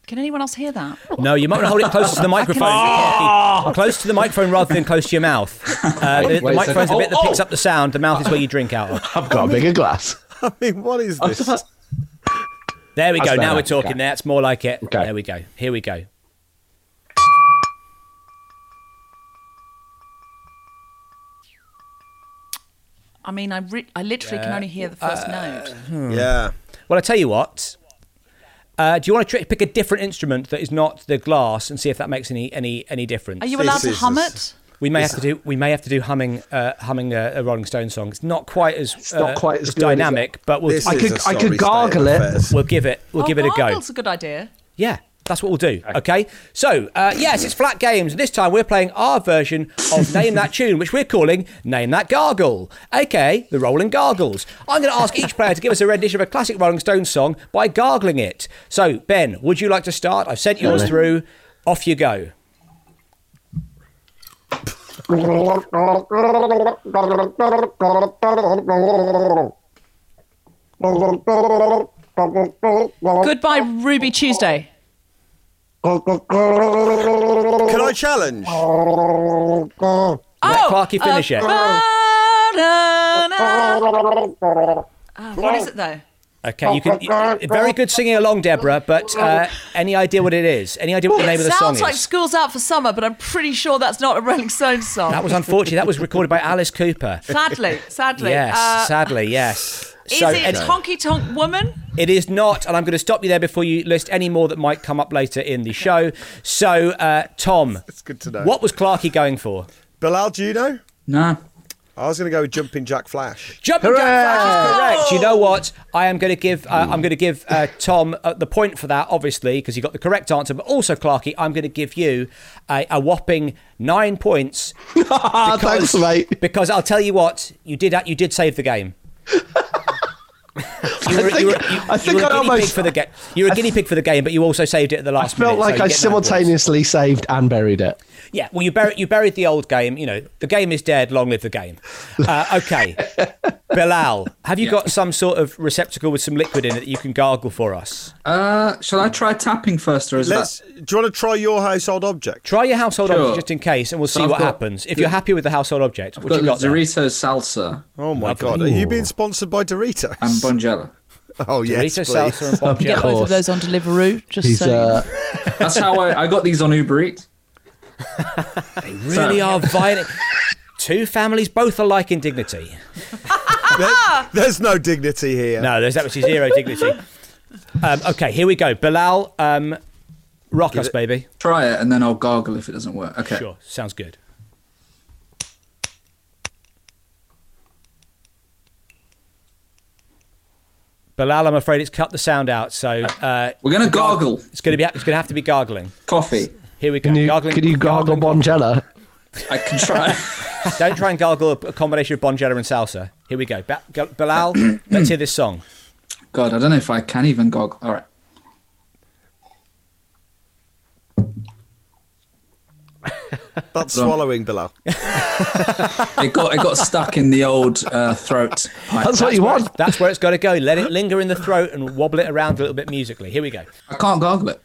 S5: Can anyone else hear that?
S2: No, you might want to hold it closer to the microphone. Oh! Close to the microphone rather than close to your mouth. Uh, the, the
S3: Wait a
S2: microphone's the
S3: second. Oh,
S2: bit that picks up the sound. The mouth is where you drink out of.
S3: I've got a bigger glass.
S10: I mean, what is this?
S2: There we go.
S3: That's
S2: Now
S3: better.
S2: we're talking.
S3: Okay.
S2: That's more like it.
S3: Okay.
S2: There we go. Here we go.
S5: I mean, I re- I literally can only hear the
S10: Uh,
S5: first note.
S10: Yeah.
S2: Well, I tell you what. Uh, do you want to tr- pick a different instrument that is not the glass and see if that makes any any any difference?
S5: Are you
S10: uh, This
S5: allowed to
S10: is
S5: hum
S10: a
S5: it?
S10: s-
S2: We may have to do. We may have to do humming, uh, humming a, a Rolling Stone song. It's not quite as
S3: It's not
S2: uh,
S3: quite as good, is it?
S2: dynamic, but we'll
S10: This
S3: I
S10: is
S3: could-
S10: a
S3: I could
S10: sorry state
S3: gargle
S10: of
S3: it.
S10: affairs.
S2: we'll give it. We'll
S5: oh,
S2: give it a go.
S5: gargle's a good idea.
S2: Yeah, that's what we'll do. Okay. So uh, yes, it's flat games. This time we're playing our version of Name That Tune, which we're calling Name That Gargle, aka the Rolling Gargles. I'm going to ask each player to give us a rendition of a classic Rolling Stones song by gargling it. So Ben, would you like to start? I've sent yours through. Off you go.
S5: Goodbye, Ruby Tuesday.
S10: Can I challenge?
S2: Let
S5: oh,
S2: Clarky finish it.
S5: Ba-da-da. Ah, what is it though?
S2: Okay, you can. you- very good singing along, Deborah. But uh, any idea what it is? Any idea what the name of the song
S5: Sounds
S2: is?
S5: like school's out for summer, but I'm pretty sure that's not a Rolling Stones song.
S2: that was unfortunate. That was recorded by Alice Cooper.
S5: sadly, sadly.
S2: Yes,
S5: Uh,
S2: sadly, yes.
S5: is
S2: So,
S5: it
S2: any-
S5: Honky Tonk Woman?
S2: it is not, and I'm going to stop you there before you list any more that might come up later in the show. So, uh, Tom,
S10: It's good to know.
S2: what was Clarkey going for?
S10: Bilal, do you know?
S11: No.
S10: I was going to go with Jumping Jack Flash.
S2: Jumping Jack Flash is correct. You know what? I am going to give uh, I'm going to give uh, Tom uh, the point for that, obviously, because you got the correct answer. But also, Clarkey, I'm going to give you a, a whopping nine points
S3: Ah, thanks, mate.
S2: because I'll tell you what you did. You did save the game. you were,
S3: I think-
S2: you were- you-
S3: I think
S2: you were a guinea
S3: I
S2: pig
S3: almost-
S2: for the game. You were a guinea pig for the game, but you also saved it at the last
S3: Felt
S2: minute. so
S3: like
S2: you
S3: I
S2: get nine points.
S3: simultaneously saved and buried it.
S2: Yeah, well, you buried you buried the old game. You know, the game is dead. Long live the game. Uh, okay, Bilal, have you got some sort of receptacle with some liquid in it that you can gargle for us?
S6: Uh, shall I try tapping first, or is
S1: Let's.
S6: that?
S1: Do you want to try your household object?
S2: Try your household
S6: Sure.
S2: object just in case, and we'll
S6: So
S2: see
S6: I've
S2: what
S6: got-
S2: happens. If you're happy with the household object,
S6: I've
S2: what
S6: got
S2: you got there?
S6: Doritos salsa
S1: Oh my
S2: Lovely.
S1: god, are you being sponsored by Doritos?
S6: and Bonjella.
S1: oh yes, please.
S2: Doritos, salsa, and Bob
S3: Of
S5: Get both
S3: course.
S5: of those on Deliveroo. Just
S3: He's
S5: so.
S3: uh,
S6: That's how I, I got these on Uber Eats.
S2: They really are violent. Two families, both alike in dignity.
S1: There- there's no dignity here.
S2: No, there's absolutely zero dignity. Um, okay, here we go. Bilal, um, rock us, baby.
S6: Try it, and then I'll gargle if it doesn't work. Okay.
S2: Sure, sounds good. Bilal, I'm afraid it's cut the sound out, so uh,
S6: We're gonna gargle
S2: it's going to be it's going to have to be gargling.
S6: coffee.
S2: Here we go.
S3: can you
S2: gargling,
S3: can you gargle
S2: gargling-
S3: Bonjella?
S6: I can try.
S2: Don't try and gargle a, a combination of Bonjella and salsa. Here we go. Ba- go- Bilal, let's hear this song.
S6: God, I don't know if I can even gargle. All right.
S1: That's swallowing, Bilal.
S6: It got it got stuck in the old uh, throat. Right.
S3: That's what you want.
S2: That's where it's got to go. Let it linger in the throat and wobble it around a little bit musically. Here we go.
S6: I can't gargle it.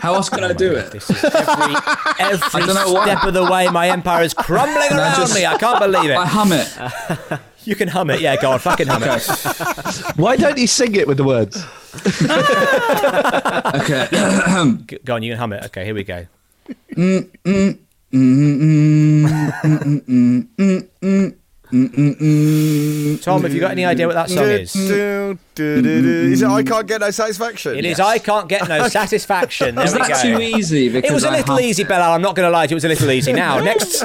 S6: How else can I do it?
S2: This is every, every
S6: I don't know why.
S2: step of the way, my empire is crumbling
S6: I
S2: around
S6: just-
S2: me. I can't believe
S6: I
S2: it.
S6: hum it.
S2: You can hum it. Yeah, go on, fucking hum it.
S3: Why don't you sing it with the words?
S6: Okay.
S2: G- Go on, you can hum it. Okay, here we go. Tom, have you got any idea what that song is? It
S1: Do, do, do, do. Is it I can't get no satisfaction?
S2: is I Can't Get No Satisfaction. There
S6: Is
S2: we
S6: that
S2: go.
S6: too easy? Because
S2: It was a
S6: I
S2: little
S6: hum-
S2: easy, Bella. I'm not going to lie to you. It was a little easy. Now, next,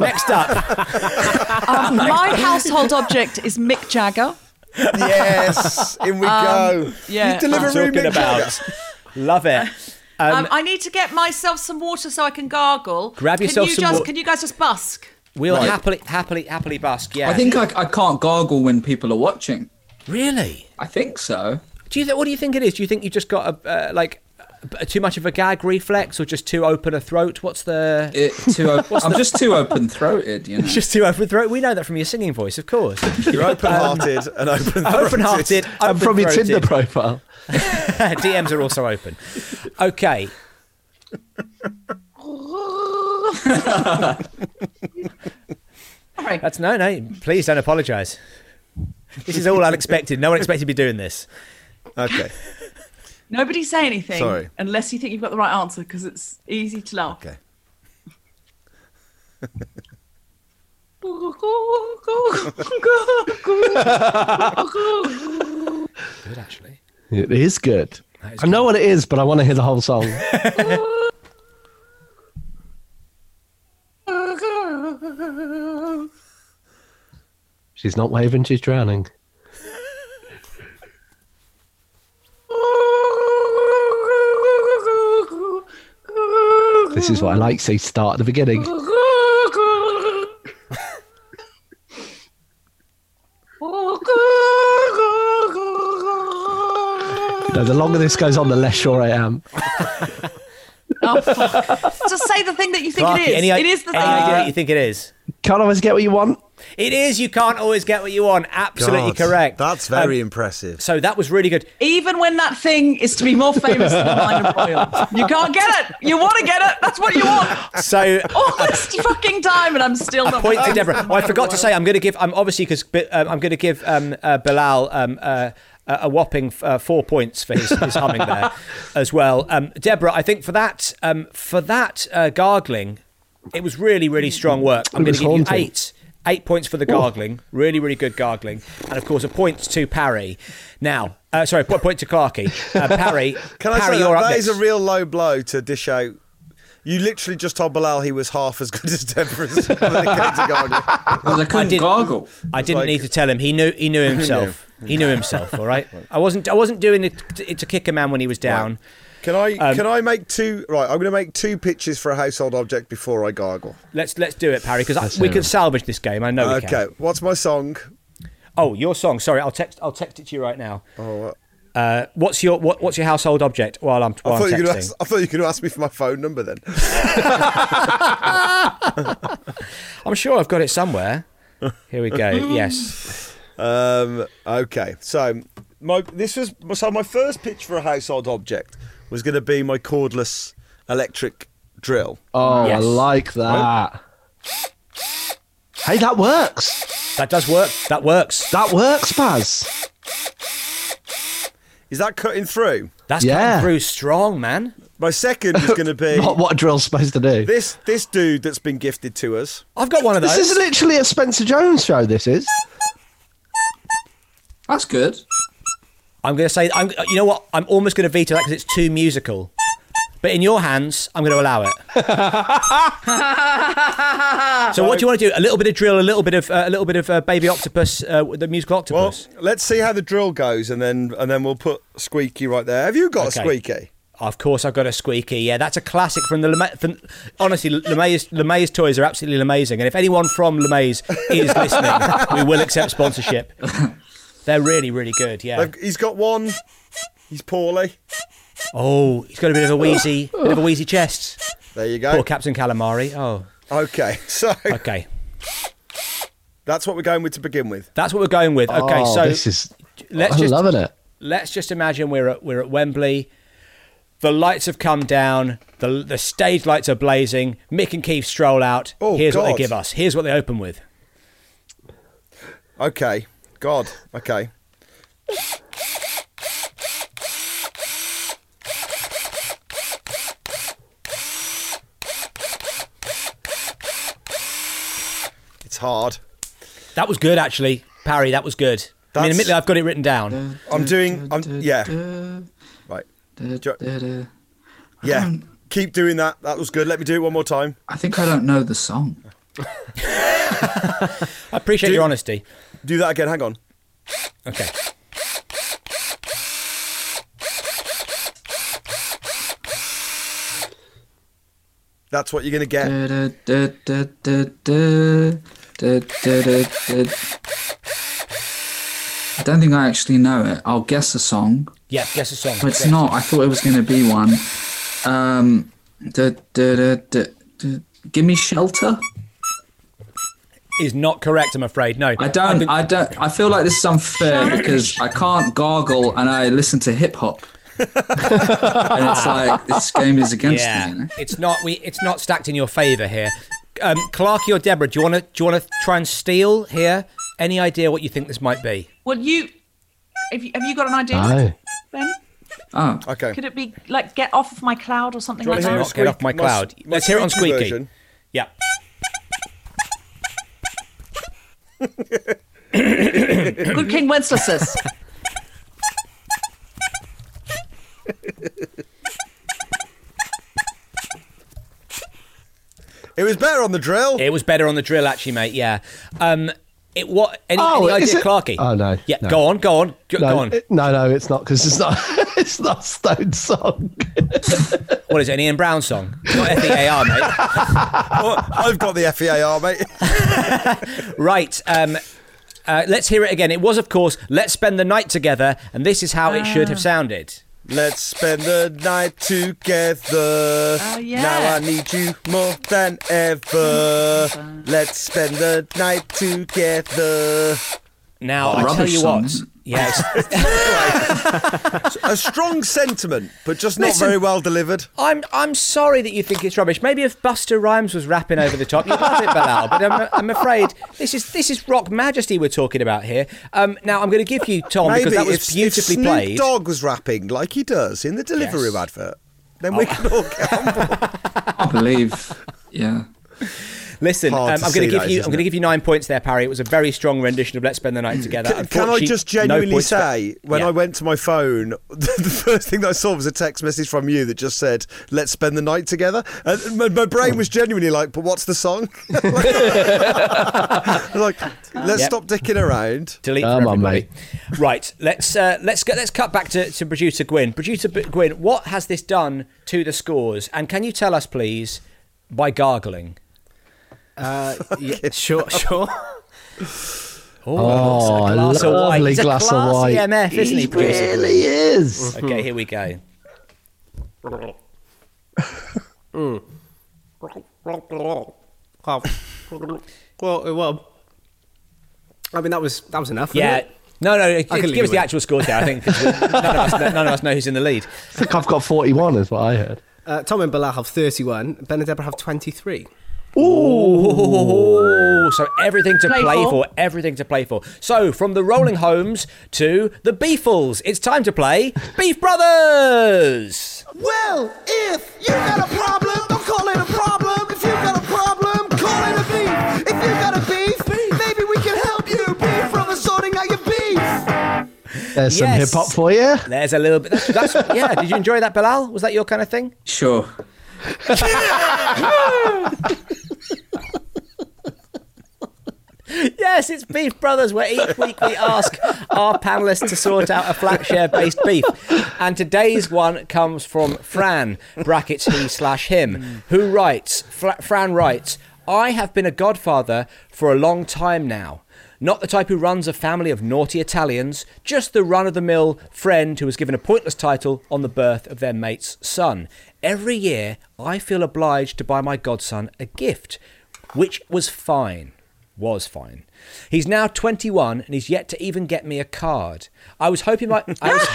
S2: next up,
S1: uh,
S5: Um, my household object is Mick Jagger. Um,
S1: Yes, in we go.
S5: yeah,
S1: you deliver
S5: I'm
S1: room
S2: Um,
S1: in
S2: talking about. Love it.
S5: Um, I need to get myself some water so I can gargle.
S2: Grab
S5: can
S2: yourself
S5: you
S2: some
S5: just,
S2: water.
S5: Can you guys just busk?
S2: We'll happily, happily, happily busk. Yeah.
S6: I think I, I can't gargle when people are watching.
S2: really.
S6: I think so.
S2: Do you? Th- what do you think it is? Do you think you just got a uh, like b- too much of a gag reflex, or just too open a throat? What's the?
S6: It, too op- I'm just too open throated, you know.
S2: just too open throat. We know that from your singing voice, of course. Um,
S1: You're open-hearted and open.
S2: Open-hearted,
S3: And from your Tinder
S2: open-throated.
S3: profile.
S2: DMs are also open. Okay.
S5: Sorry.
S2: That's no, no. Please don't apologise. This is all unexpected. No one expected me doing this.
S1: Okay.
S5: Nobody say anything
S1: Sorry.
S5: unless you think you've got the right answer because it's easy to laugh.
S1: Okay.
S2: Good, actually.
S3: It is good.
S2: is
S3: I know what it is, but I want to hear the whole song. she's not waving, she's drowning. This is what I like, say start at the beginning. No, the longer this goes on, the less sure I am.
S5: Oh, fuck. Just say the thing that you think
S2: Clarky,
S5: it is.
S2: Any, i-
S5: it is the
S2: any
S5: thing.
S2: idea that you think it is?
S3: Can't always get what you want.
S2: It is. You can't always get what you want. Absolutely
S1: God,
S2: correct. Um,
S1: That's very impressive.
S2: so that was really good.
S5: Even when that thing is to be more famous than the minor royal. You can't get it. You want to get it. That's what you want.
S2: So
S5: All this fucking time, and I'm still not.
S2: point to
S1: Um,
S2: Deborah. Oh, I forgot to say, I'm going to give. I'm obviously because um, I'm going to give um, uh, Bilal um, uh, a a whopping uh, four points for his, his humming there as well. Um, Deborah, I think for that um, for that uh, gargling, it was really really strong work. I'm going
S3: It was
S2: to give
S3: haunting.
S2: you eight. Eight points for the gargling, really, really good gargling, and of course a point to Parry. Now, uh, sorry, po- point to Clarkey. Uh, Parry,
S1: Can I
S2: Parry,
S1: say that?
S2: you're up
S1: that is
S2: next.
S1: a real low blow to dish out. You literally just told Bilal he was half as good as Deborah's. when it came to gargling.
S6: Because I couldn't
S2: did-
S6: gargle.
S2: I didn't
S1: like-
S2: need to tell him. He knew. He knew himself. he knew himself. All right. I wasn't. I wasn't doing it to, to kick a man when he was down. Um,
S1: Can I? can I make two? Right, I'm going to make two pitches for a household object before I gargle.
S2: Let's let's do it, Parry, because we can salvage this game. I know. We
S1: Okay.
S2: can.
S1: What's my song?
S2: Oh, your song. Sorry, I'll text. I'll text it to you right now.
S1: Oh,
S2: Uh, what's your what, what's your household object? While I'm,
S1: I
S2: while
S1: thought,
S2: I'm
S1: you could
S2: texting.
S1: ask, I thought you could ask me for my phone number then.
S2: I'm sure I've got it somewhere. Here we go. yes.
S1: Um, okay, so my this was so my first pitch for a household object was going to be my cordless electric drill.
S3: Oh, I
S2: Yes.
S3: like that. Hey, that works.
S2: That does work. That works.
S3: That works, Baz.
S1: Oh, Is that cutting through?
S2: That's
S3: Yeah.
S2: cutting through strong, man.
S1: My second was going to be
S3: Not what a drill's supposed to do. This,
S1: this this dude that's been gifted to us.
S2: I've got one of those.
S3: is literally a Spencer Jones show. This is.
S6: That's good.
S2: I'm going to say, I'm, you know what? I'm almost going to veto that because it's too musical. But in your hands, I'm going to allow it. so, what do you want to do? A little bit of drill, a little bit of uh, a little bit of uh, baby octopus, uh, the musical
S1: Well,
S2: octopus.
S1: let's see how the drill goes, and then and then we'll put Squeaky right there. Have you got
S2: Okay.
S1: a Squeaky?
S2: Of course, I've got a squeaky. Yeah, that's a classic from the LeMay. From, honestly, LeMay's, LeMay's toys are absolutely amazing. And if anyone from LeMay's is listening, we will accept sponsorship. They're really, really good. Yeah.
S1: I've- He's got one. He's poorly.
S2: oh, he's got a bit of a wheezy, bit of a wheezy chest.
S1: There you
S2: Poor
S1: go.
S2: Captain Calamari. Oh,
S1: Okay, so
S2: okay.
S1: that's what we're going with to begin with.
S2: That's what we're going with. Okay,
S3: oh,
S2: so
S3: this is.
S2: let's
S3: I'm
S2: just
S3: loving it.
S2: let's just imagine we're at we're at Wembley. The lights have come down. The the stage lights are blazing. Mick and Keith stroll out.
S1: Oh,
S2: Here's what they
S1: God.
S2: give us. Here's what they open with.
S1: Okay, God. Okay. It's hard.
S2: That was good, actually, Parry. That was good. I mean,
S1: That's-
S2: admittedly, I've got it written down.
S1: I'm doing. I'm yeah. Right.
S6: Da, da, da.
S1: Yeah.
S6: don't-
S1: Keep doing that. That was good. Let me do it one more time.
S6: I think I don't know the song.
S2: I appreciate your honesty.
S1: Do that again. Hang on.
S2: Okay.
S1: That's what you're gonna get.
S6: Da, da, da, da, da, da, da, da, da, da. I don't think I actually know it. I'll guess a song,
S2: Yeah, guess a song.
S6: but it's
S2: Yeah.
S6: not. I thought it was going to be one. Um, da, da, da, da, da. Give me shelter.
S2: Is not correct, I'm afraid. No,
S6: I don't. I don't. I feel like this is unfair because I can't gargle and I listen to hip hop, and it's like this game is against me. You
S2: Yeah,
S6: know?
S2: it's not. We. It's not stacked in your favour here. Um, Clarky or Deborah, do you want to? Do you want to try and steal here? Any idea what you think this might be?
S5: Well, you have you, have you got an idea?
S3: Aye.
S5: Ben,
S6: Oh.
S1: Okay.
S5: could it be like get off of my cloud or something
S1: Do you
S5: like
S1: wanna
S2: Let's
S1: hear
S5: that?
S1: a
S2: not get off my
S1: squeak-
S2: cloud.
S1: s-
S2: Let's hear it on Squeaky.
S1: version?
S2: Yeah.
S5: Good King Wenceslas.
S1: It was better on the drill.
S2: It was better on the drill, actually, mate. Yeah. Um. It what? Any,
S3: Oh,
S2: any
S3: is
S2: idea,
S3: it-
S2: Clarky?
S3: Oh, no,
S2: Yeah.
S3: no.
S2: Go on. Go on. Go,
S3: No,
S2: go on.
S3: it- no, no, it's not because it's not. it's not Stone's song.
S2: What is it? An Ian Brown song? It's Not FEAR, mate.
S1: Oh, I've got the FEAR, mate.
S2: Right. Um. Uh, let's hear it again. It was, of course, "Let's Spend the Night Together," and this is how it should have sounded.
S1: Let's spend the night together.
S5: yeah.
S1: Now I need you more than ever. Let's spend the night together.
S2: Now,
S6: Oh,
S2: I tell
S6: rubbish
S2: you
S6: song,
S2: what.
S6: isn't it?
S2: Yes.
S1: A strong sentiment, but just not
S2: Listen.
S1: very well delivered.
S2: I'm I'm sorry that you think it's rubbish. Maybe if Buster Rhymes was rapping over the top, you'd love it, Bilal. But I'm, I'm afraid this is this is rock majesty we're talking about here. Um, now I'm going to give you Tom because that was
S1: if,
S2: beautifully
S1: if Snoop
S2: played.
S1: Dogg was rapping like he does in the delivery
S2: Yes.
S1: room advert, then we can all get on board.
S6: I believe. Yeah.
S2: Listen, um,
S1: Hard
S2: I'm
S1: to see
S2: going to give
S1: that,
S2: you I'm
S1: isn't
S2: going to
S1: it? Mm.
S2: give you nine points there, Parry. It was a very strong rendition of "Let's Spend the Night Together."
S1: Can, can I
S2: Unfortunately,
S1: just
S2: no
S1: genuinely
S2: points for-
S1: say, when
S2: Yeah.
S1: I went to my phone, the, first thing that I saw was a text message from you that just said, "Let's spend the night together." And my, my
S2: Oh.
S1: brain was genuinely like, "But what's the song?" like, let's
S2: Yep.
S1: stop dicking around.
S2: delete
S3: Come
S2: for
S3: on,
S2: everybody. Right, let's uh, let's go, let's cut back to, to producer Gwyn. Producer B- Gwyn, what has this done to the scores? And can you tell us, please, by gargling?
S12: Uh, yeah, sure, sure.
S2: Oh, a glass of wine.
S3: lovely
S2: He's a
S3: glass of
S2: classy
S3: wine.
S2: MF, isn't he?
S3: He
S2: producer?
S3: really is.
S2: Okay, here we go.
S13: well, well. I mean, that was that was enough. wasn't
S2: Yeah.
S13: it?
S2: No, no. Give
S13: I can leave
S2: us
S13: it.
S2: the actual scores there. I think 'cause we- none of, us, none of us know who's in the lead.
S3: I think I've got 41, is what I heard.
S13: Uh, Tom and Bala have 31. Ben and Deborah have 23.
S2: Ooh. So everything to play,
S5: Play
S2: for.
S5: for.
S2: everything to play for. So from the Rolling Homes to the Beefles, it's time to play Beef Brothers.
S4: Well, if you got a problem, don't call it a problem. If you got a problem, call it a beef. If you got a beef, maybe we can help you. Beef brothers sorting out your beef.
S3: There's some hip
S2: Yes.
S3: hop for you.
S2: There's a little bit. That's, that's- yeah. Did you enjoy that, Bilal? Was that your kind of thing?
S6: Sure.
S2: Yes, it's Beef Brothers, where each week we ask our panelists to sort out a flat share based beef. And today's one comes from Fran, brackets he slash him, who writes, Fra- Fran writes, I have been a godfather for a long time now. Not the type who runs a family of naughty Italians, just the run of the mill friend who was given a pointless title on the birth of their mate's son. Every year, I feel obliged to buy my godson a gift, which was fine was fine. He's now 21 and he's yet to even get me a card. I was hoping my I was,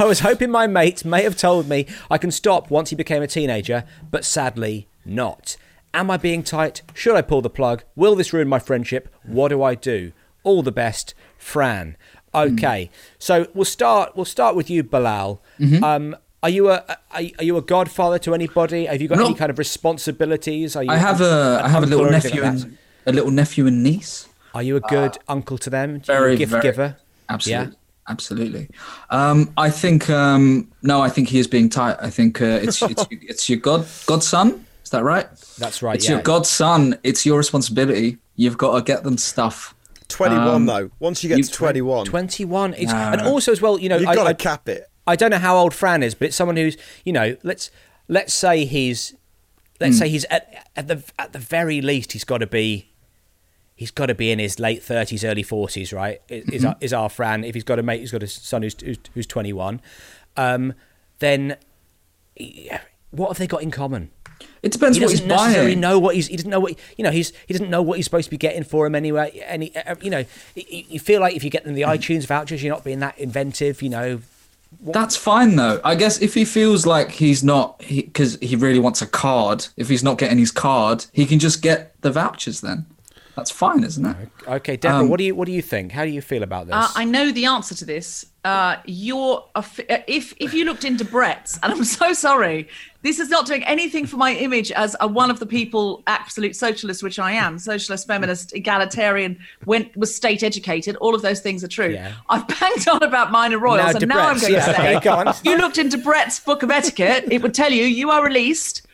S2: I was hoping my mates may have told me I can stop once he became a teenager, but sadly not. Am I being tight? Should I pull the plug? Will this ruin my friendship? What do I do? All the best, Fran. Okay, so we'll start. We'll start with you, Bilal.
S6: Mm-hmm.
S2: Um, are you a are, are you a godfather to anybody? Have you got
S6: No.
S2: any kind of responsibilities? Are you
S6: I have a I have a little nephew and a little nephew and niece. Uh,
S2: Are you a good uncle to them? Do you
S6: very,
S2: a gift
S6: very-
S2: giver?
S6: Absolutely. Absolutely. Um, I think um, no. I think he is being tight. I think uh, it's it's it's your god godson. Is that right?
S2: That's right.
S6: It's
S2: yeah.
S6: your godson. It's your responsibility. You've got to get them stuff. Um,
S1: 21 though. Once you get to 21,
S2: 21. It's, And also, as well, you know,
S1: you've
S2: I,
S1: got
S2: I,
S1: to cap it.
S2: I don't know how old Fran is, but it's someone who's, you know, let's let's say he's,
S6: Hmm.
S2: let's say he's at, at the at the very least, he's got to be. He's got to be in his late thirties, early forties, right? Is
S6: Mm-hmm.
S2: is our, is our Fran? If he's got a mate, he's got a son who's who's, who's twenty one. Um, then, yeah, what have they got in common?
S6: It depends
S2: he
S6: what
S2: doesn't
S6: he's
S2: necessarily
S6: buying.
S2: know what he's. He doesn't know what you know. He's he doesn't know what he's supposed to be getting for him anyway. Any uh, you know, y- y- you feel like if you get them the
S6: Mm.
S2: iTunes vouchers, you're not being that inventive. You know,
S6: That's fine though. I guess if he feels like he's not because he, really wants a card. If he's not getting his card, he can just get the vouchers. Then that's fine, isn't it? Um,
S2: okay, Deborah, what do you what do you think? How do you feel about this?
S5: Uh, I know the answer to this. Uh, you're a f- uh, if if you looked into Brett's, and I'm so sorry, this is not doing anything for my image as a one of the people absolute socialist, which I am, socialist, feminist, egalitarian. Went was state educated. All of those things are true.
S2: Yeah.
S5: I've banged on about minor royals,
S2: Now
S5: and now I'm
S2: Debrett's,
S5: going
S2: yeah,
S5: to say,
S2: okay, go on.
S5: if you looked into Brett's book of etiquette, it would tell you you are released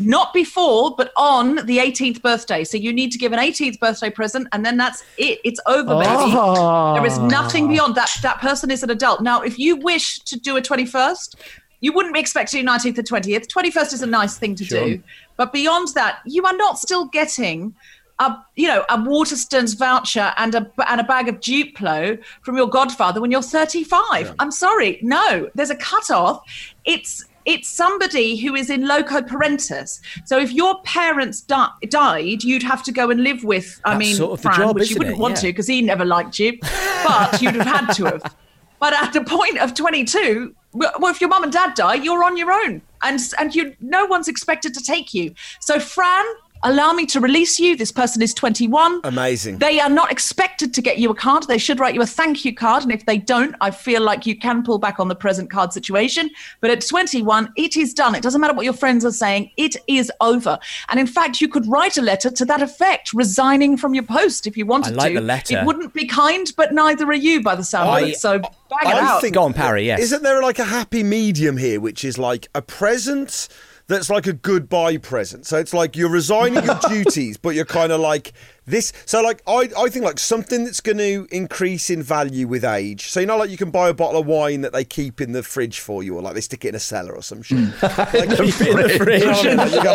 S5: not before, but on the 18th birthday. So you need to give an 18th birthday present, and then that's it. It's over, baby.
S3: Oh.
S5: There is nothing beyond that. That person is an adult. Now, if you wish to do a 21st, you wouldn't be expecting 19th and 20th. 21st is a nice thing to do, but beyond that, you are not still getting. A, you know, a Waterstones voucher and a and a bag of Duplo from your godfather when you're 35. I'm sorry, no. There's a cutoff. It's it's somebody who is in loco parentis. So if your parents di- died, you'd have to go and live with. I
S2: That's
S5: mean,
S2: sort of the
S5: Fran,
S2: job,
S5: which
S2: isn't
S5: you wouldn't
S2: it?
S5: want
S2: Yeah.
S5: to because he never liked you, but you'd have had to have. But at the point of 22, w- well, if your mum and dad die, you're on your own, and and you no one's expected to take you. So Fran, allow me to release you. This person is 21.
S1: Amazing.
S5: They are not expected to get you a card. They should write you a thank you card. And if they don't, I feel like you can pull back on the present card situation. But at 21, it is done. It doesn't matter what your friends are saying, it is over. And in fact, you could write a letter to that effect, resigning from your post if you wanted
S2: I like
S5: to.
S2: the letter.
S5: It wouldn't be kind, but neither are you by the sound
S2: I-
S5: of it. So bag it
S2: I
S5: out.
S2: think- Go on, Parry, yes.
S1: Isn't there like a happy medium here, which is like a present that's like a goodbye present? So it's like you're resigning your duties, but you're kind of like, This so like I, I think like something that's going to increase in value with age. So you know like you can buy a bottle of wine that they keep in the fridge for you, or like they stick it in a cellar or some shit.
S2: Mm.
S1: like,
S10: Keep it in the fridge.
S1: You know what I mean? You go,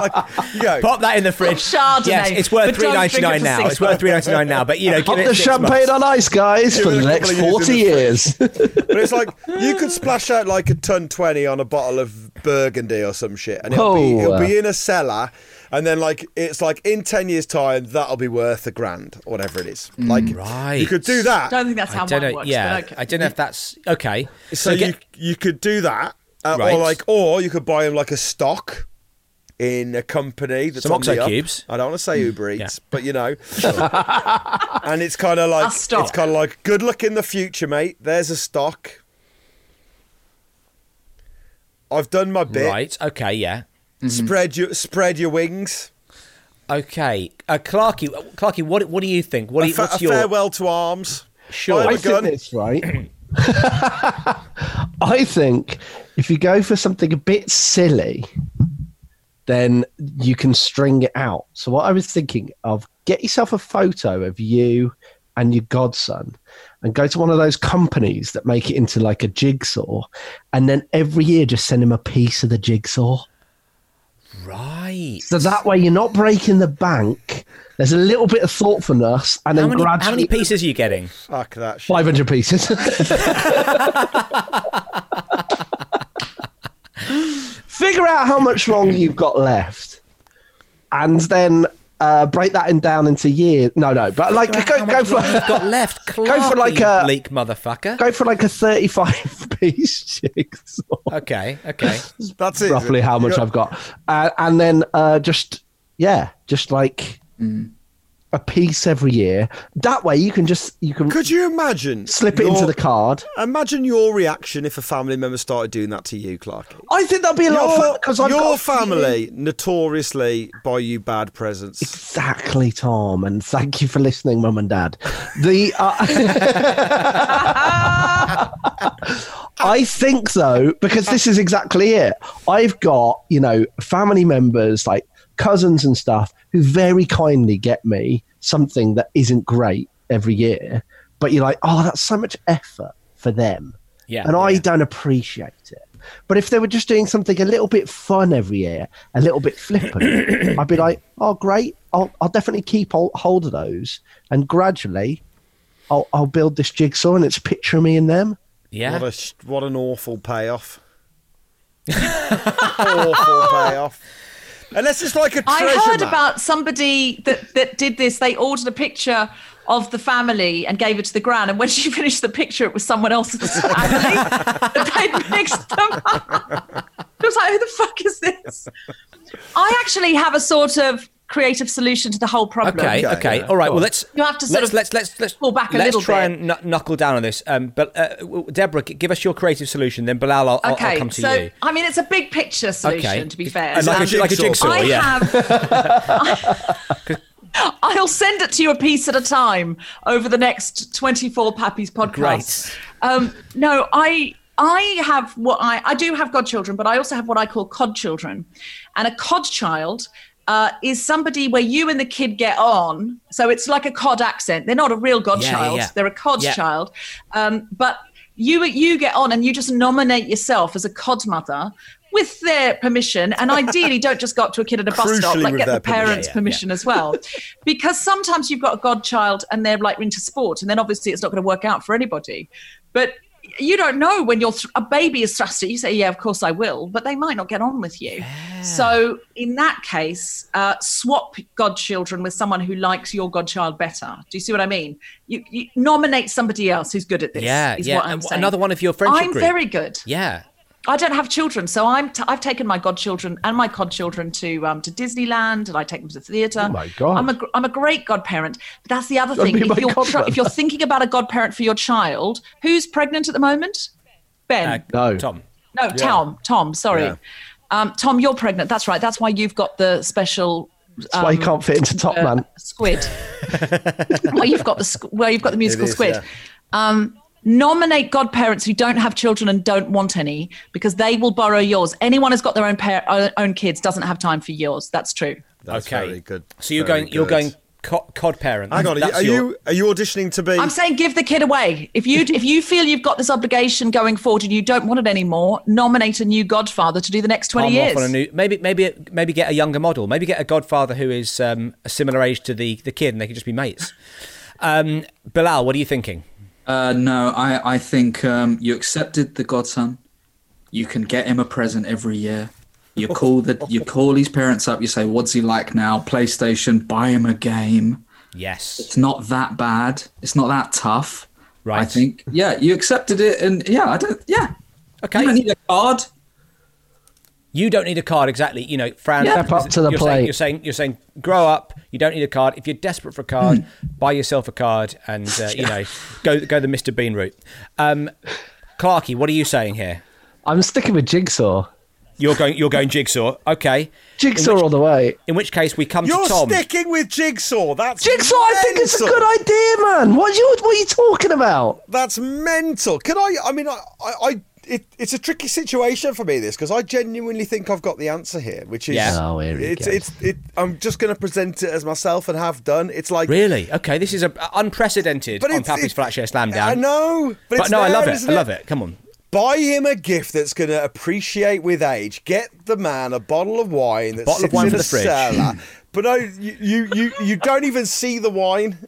S1: like, Oh you go,
S10: Pop that in the fridge.
S5: Chardonnay.
S10: Yes, it's worth
S5: But don't
S10: three
S5: drink it
S10: ninety
S5: for
S10: nine now.
S5: six
S10: It's worth three ninety nine now. But you know, give
S3: Pop
S10: it
S3: the
S10: six
S3: champagne
S10: months.
S3: on ice, guys, for
S1: Give it
S3: the
S1: a
S3: next
S1: couple of
S3: forty
S1: years
S3: years.
S1: but it's like you could splash out like a ton twenty on a bottle of Burgundy or some shit, and it'll be,
S3: Whoa.
S1: it'll be in a cellar, and then like it's like in ten years' time that'll be worth a grand or whatever it is. Like
S10: Right.
S1: you could do that.
S5: Don't think that's how
S10: I don't
S5: mine
S10: know.
S5: works.
S10: Yeah,
S5: but okay.
S10: I don't know if that's okay.
S1: So,
S10: get-
S1: you you could do that, uh,
S10: Right.
S1: or like, or you could buy him like a stock in a company that's
S10: Some
S1: on the
S10: Oxo
S1: up.
S10: cubes.
S1: I don't want to say Uber Eats,
S10: Yeah.
S1: but you know, and it's kind of like
S5: A
S1: it's
S5: stock.
S1: kind of like good luck in the future, mate. There's a stock. I've done my bit. Mm-hmm.
S10: right. Okay. Yeah.
S1: Spread your spread your wings.
S10: Okay. Uh, Clarky, Clarky, what what do you think? What do
S1: A,
S10: you,
S1: fa-
S10: what's
S1: a
S10: your
S1: farewell to arms.
S10: Sure.
S1: Buy
S10: I
S1: him a
S3: I think
S1: gun.
S3: it's right. I think if you go for something a bit silly, then you can string it out. So what I was thinking of, get yourself a photo of you and your godson and go to one of those companies that make it into like a jigsaw and then every year just send him a piece of the jigsaw.
S10: right?
S3: So that way you're not breaking the bank. There's a little bit of thoughtfulness and
S10: How
S3: then
S10: many,
S3: gradually
S10: how many pieces are you getting?
S1: Fuck that shit.
S3: 500 pieces. Figure out how much wrong you've got left, and then uh, break that in down into years. No, no, but like go, go
S10: You've
S3: for
S10: got left. Clarky,
S3: Go for like a-
S10: leak, motherfucker.
S3: go for like a 35 piece jigsaw.
S10: Okay. Okay.
S1: That's it.
S3: roughly how much I've got, uh, and then uh, just yeah, just like
S1: Mm.
S3: a piece every year. That way you can just you can
S1: Could you imagine
S3: slip it into
S1: your-
S3: the card.
S1: Imagine your reaction if a family member started doing that to you, Clarky.
S3: I think that'd be a lot of fun
S1: Your,
S3: because I've
S1: your
S3: got a feeling-
S1: family notoriously buy you bad presents.
S3: Exactly, Tom, and thank you for listening, Mum and Dad. The uh, I think though, because this is exactly it. I've got you know family members like cousins and stuff who very kindly get me something that isn't great every year, but you're like, oh, that's so much effort for them,
S10: Yeah,
S3: and I don't appreciate it. But if they were just doing something a little bit fun every year, a little bit flippant, I'd be like, oh, great. I'll, I'll definitely keep hol- hold of those. And gradually, I'll, I'll build this jigsaw and it's a picture of me in them.
S10: Yeah.
S1: What a sh- what an awful payoff. awful payoff. Unless it's like a treasure
S5: I heard
S1: map.
S5: about somebody that, that did this. They ordered a picture of the family and gave it to the gran. And when she finished the picture, it was someone else's family. that they'd mixed them up. I was like, who the fuck is this? I actually have a sort of creative solution to the whole problem.
S10: Okay, okay, all right. Well, let's
S5: You have to
S10: let's,
S5: sort of
S10: let's let's let's
S5: pull back a
S10: let's
S5: little
S10: try
S5: bit.
S10: and kn- knuckle down on this. Um, but uh, w- Deborah, g- give us your creative solution. Then Bilal, I'll, I'll- I'll
S5: Okay,
S10: come to
S5: so
S10: you.
S5: I mean, it's a big picture solution, to be fair.
S10: And like, a,
S1: Um,
S10: like a jigsaw.
S5: I
S10: yeah.
S5: have. I'll send it to you a piece at a time over the next 24 Pappies podcasts.
S10: Great.
S5: Um, no, I I have what I I do have godchildren, but I also have what I call codchildren, and a codchild. Uh, is somebody where you and the kid get on? So it's like a cod accent. They're not a real godchild;
S10: yeah.
S5: they're a codchild.
S10: Yeah.
S5: child. Um, but you you get on and you just nominate yourself as a cod mother with their permission, and ideally don't just go up to a kid at a bus stop,
S1: Crucially
S5: like
S1: with
S5: get
S1: their
S5: the
S1: permission.
S5: parents'
S10: Yeah, yeah,
S5: permission as well, because sometimes you've got a godchild and they're like into sport, and then obviously it's not going to work out for anybody. But you don't know when you're th- a baby is thrust at you. you Say, yeah, of course I will, but they might not get on with you. So in that case, uh, swap godchildren with someone who likes your godchild better. Do you see what I mean? You, you nominate somebody else who's good at this.
S10: Yeah,
S5: is
S10: yeah.
S5: What I'm
S10: And w-
S5: saying.
S10: another one of your friendship
S5: I'm
S10: group.
S5: very good.
S10: yeah.
S5: I don't have children, so I'm t- I've taken my godchildren and my codchildren to um, to Disneyland, and I take them to the theatre. Oh
S3: my God.
S5: I'm a gr- I'm a great godparent. But that's the other
S3: Don't
S5: thing.
S3: be
S5: If
S3: my
S5: you're tr-
S3: godmother.
S5: if you're thinking about a godparent for your child, who's pregnant at the moment? Ben.
S10: Uh,
S3: No.
S10: Tom.
S5: No, Tom. Tom, sorry. Um, Tom, you're pregnant. That's right. That's why you've got the special
S3: That's why you can't fit into Top
S5: uh,
S3: Man.
S5: squid. where you've got the squ- where you've got the musical
S1: is,
S5: squid.
S1: yeah.
S5: Um, nominate godparents who don't have children and don't want any because they will borrow yours. Anyone who's got their own par- own kids doesn't have time for yours. That's true.
S1: That's
S10: okay.
S1: very good.
S10: So you're
S1: Very
S10: going. You're
S1: good.
S10: going
S2: co- cod parent.
S1: Hang on, are, you,
S2: That's
S1: are
S2: your-
S1: you are you auditioning to be?
S5: I'm saying give the kid away. If you if you feel you've got this obligation going forward and you don't want it anymore, nominate a new godfather to do the next 20
S2: palm
S5: years.
S2: off on a new maybe maybe maybe get a younger model maybe get a godfather who is um, a similar age to the the kid and they can just be mates um, bilal what are you thinking
S6: Uh, no, I, I think um, you accepted the godson. You can get him a present every year. You call the you call his parents up. You say, "What's he like now? PlayStation. Buy him a game.
S2: yes
S6: It's not that bad. It's not that tough."
S2: Right.
S6: I think. Yeah, you accepted it, and yeah, I don't. Yeah,
S2: okay
S6: you don't need a card.
S2: you don't need a card exactly you know fran
S3: Step up to the
S2: you're
S3: plate.
S2: saying, you're saying you're saying grow up you don't need a card if you're desperate for a card
S3: Hmm.
S2: buy yourself a card and uh, you know go go the mr bean route um clarky what are you saying here
S3: I'm sticking with Jigsaw.
S2: you're going you're going jigsaw okay
S3: Jigsaw all the way.
S2: in which case we come
S1: You're
S2: to tom
S1: sticking with Jigsaw. That's
S3: Jigsaw, I think it's a
S1: mental.
S3: good idea, man. What you what are you talking about?
S1: That's mental. Can I? I mean, I, I, I it, it's a tricky situation for me this because I genuinely think I've got the answer here, which is
S2: Yeah.
S3: Oh, here he
S1: it's,
S3: goes.
S1: it's, it, I'm just going to present it as myself and have done. It's like
S2: Really? Okay, this is a, a- unprecedented on Pappy's flat share slam down.
S1: I know, but,
S2: But,
S1: it's
S2: no, I
S1: there,
S2: love it.
S1: isn't
S2: I love it. Come on.
S1: Buy him a gift that's going to appreciate with age. Get the man a bottle of wine that
S2: Bottle of
S1: sits
S2: wine
S1: in
S2: for
S1: a
S2: the fridge.
S1: cellar. but no, you, you, you, you don't even see the wine.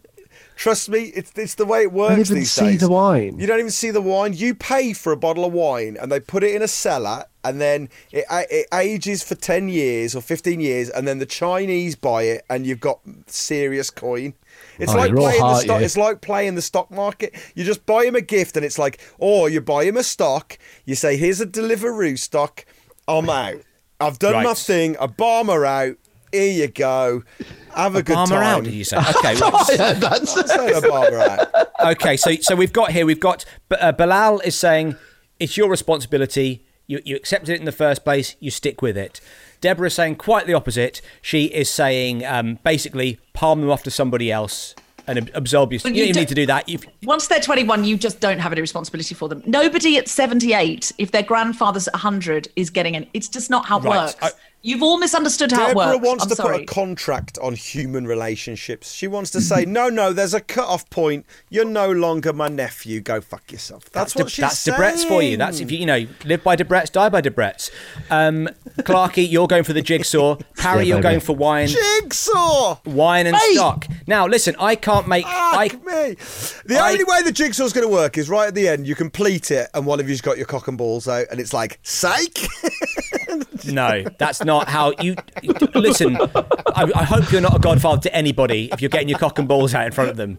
S1: Trust me, it's, it's the way it works
S3: even
S1: these
S3: see
S1: days.
S3: the wine.
S1: You don't even see the wine. You pay for a bottle of wine, and they put it in a cellar, and then it, it ages for ten years or fifteen years, and then the Chinese buy it, and you've got serious coin. It's
S3: Oh,
S1: like
S3: you're all
S1: playing the
S3: heart,
S1: stock.
S3: you.
S1: It's like playing the stock market. You just buy him a gift, and it's like, or you buy him a stock. You say, "Here's a Deliveroo stock. I'm out. I've done my
S2: Right.
S1: thing. A bomber out. Here you go. Have a, good
S2: Palmer
S1: time."
S2: out, did you say? Okay, well,
S3: Oh, yeah, that's
S1: I said a bomber out.
S2: okay. So, so we've got here. We've got but, uh, Bilal is saying it's your responsibility. You you accepted it in the first place. You stick with it. Deborah's saying quite the opposite. She is saying um, basically palm them off to somebody else and ab- absolve you. You,
S5: But
S2: don't
S5: you
S2: even
S5: don't-
S2: need to do that. You've,
S5: Once they're 21, you just don't have any responsibility for them. Nobody at 78, if their grandfather's at 100, is getting in. It's just not how it
S2: Right.
S5: works.
S2: I-
S5: You've all misunderstood how
S1: Deborah
S5: it works.
S1: wants
S5: I'm
S1: to
S5: sorry.
S1: put a contract on human relationships. She wants to say, no, no, there's a cut-off point. You're no longer my nephew. Go fuck yourself. That's,
S2: De-
S1: what she's
S2: that's
S1: saying.
S2: Debrett's for you. That's if you you know live by Debrett's, die by Debrett's. Um, Clarky, you're going for the jigsaw. Harry,
S3: Yeah,
S2: you're
S3: baby.
S2: going for wine.
S1: Jigsaw!
S2: wine and stock. Now, listen, I can't make. I,
S1: Fuck me. The
S2: I-
S1: only way the jigsaw's going to work is right at the end. You complete it, and one of you's got your cock and balls out, and it's like, psych!
S2: no, that's not how you. Listen, I, I hope you're not a godfather to anybody if you're getting your cock and balls out in front of them.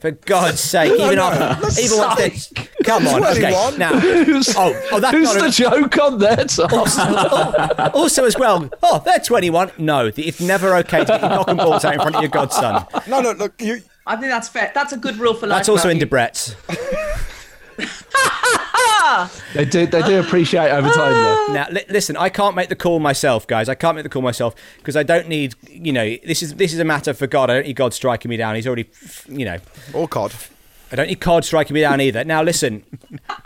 S2: For God's sake, even
S1: no,
S2: after, even once they come on, okay,
S1: 21.
S2: now.
S3: Who's,
S2: Oh, oh, that's
S3: who's
S2: not
S3: the
S2: an-
S3: joke on there, Tom?
S2: Also, as well, oh, they're 21. No, it's never okay to get your cock and balls out in front of your godson.
S1: no, no, look, you.
S5: I think that's fair. That's a good rule for life.
S2: That's also in
S5: Matthew.
S2: Debrett's.
S5: Ah!
S3: they do they do appreciate overtime though.
S2: Now, li- listen, I can't make the call myself, guys. I can't make the call myself because I don't need, you know, this is this is a matter for God. I don't need God striking me down. He's already, you know,
S1: Or cod.
S2: I don't need COD striking me down either. Now, listen,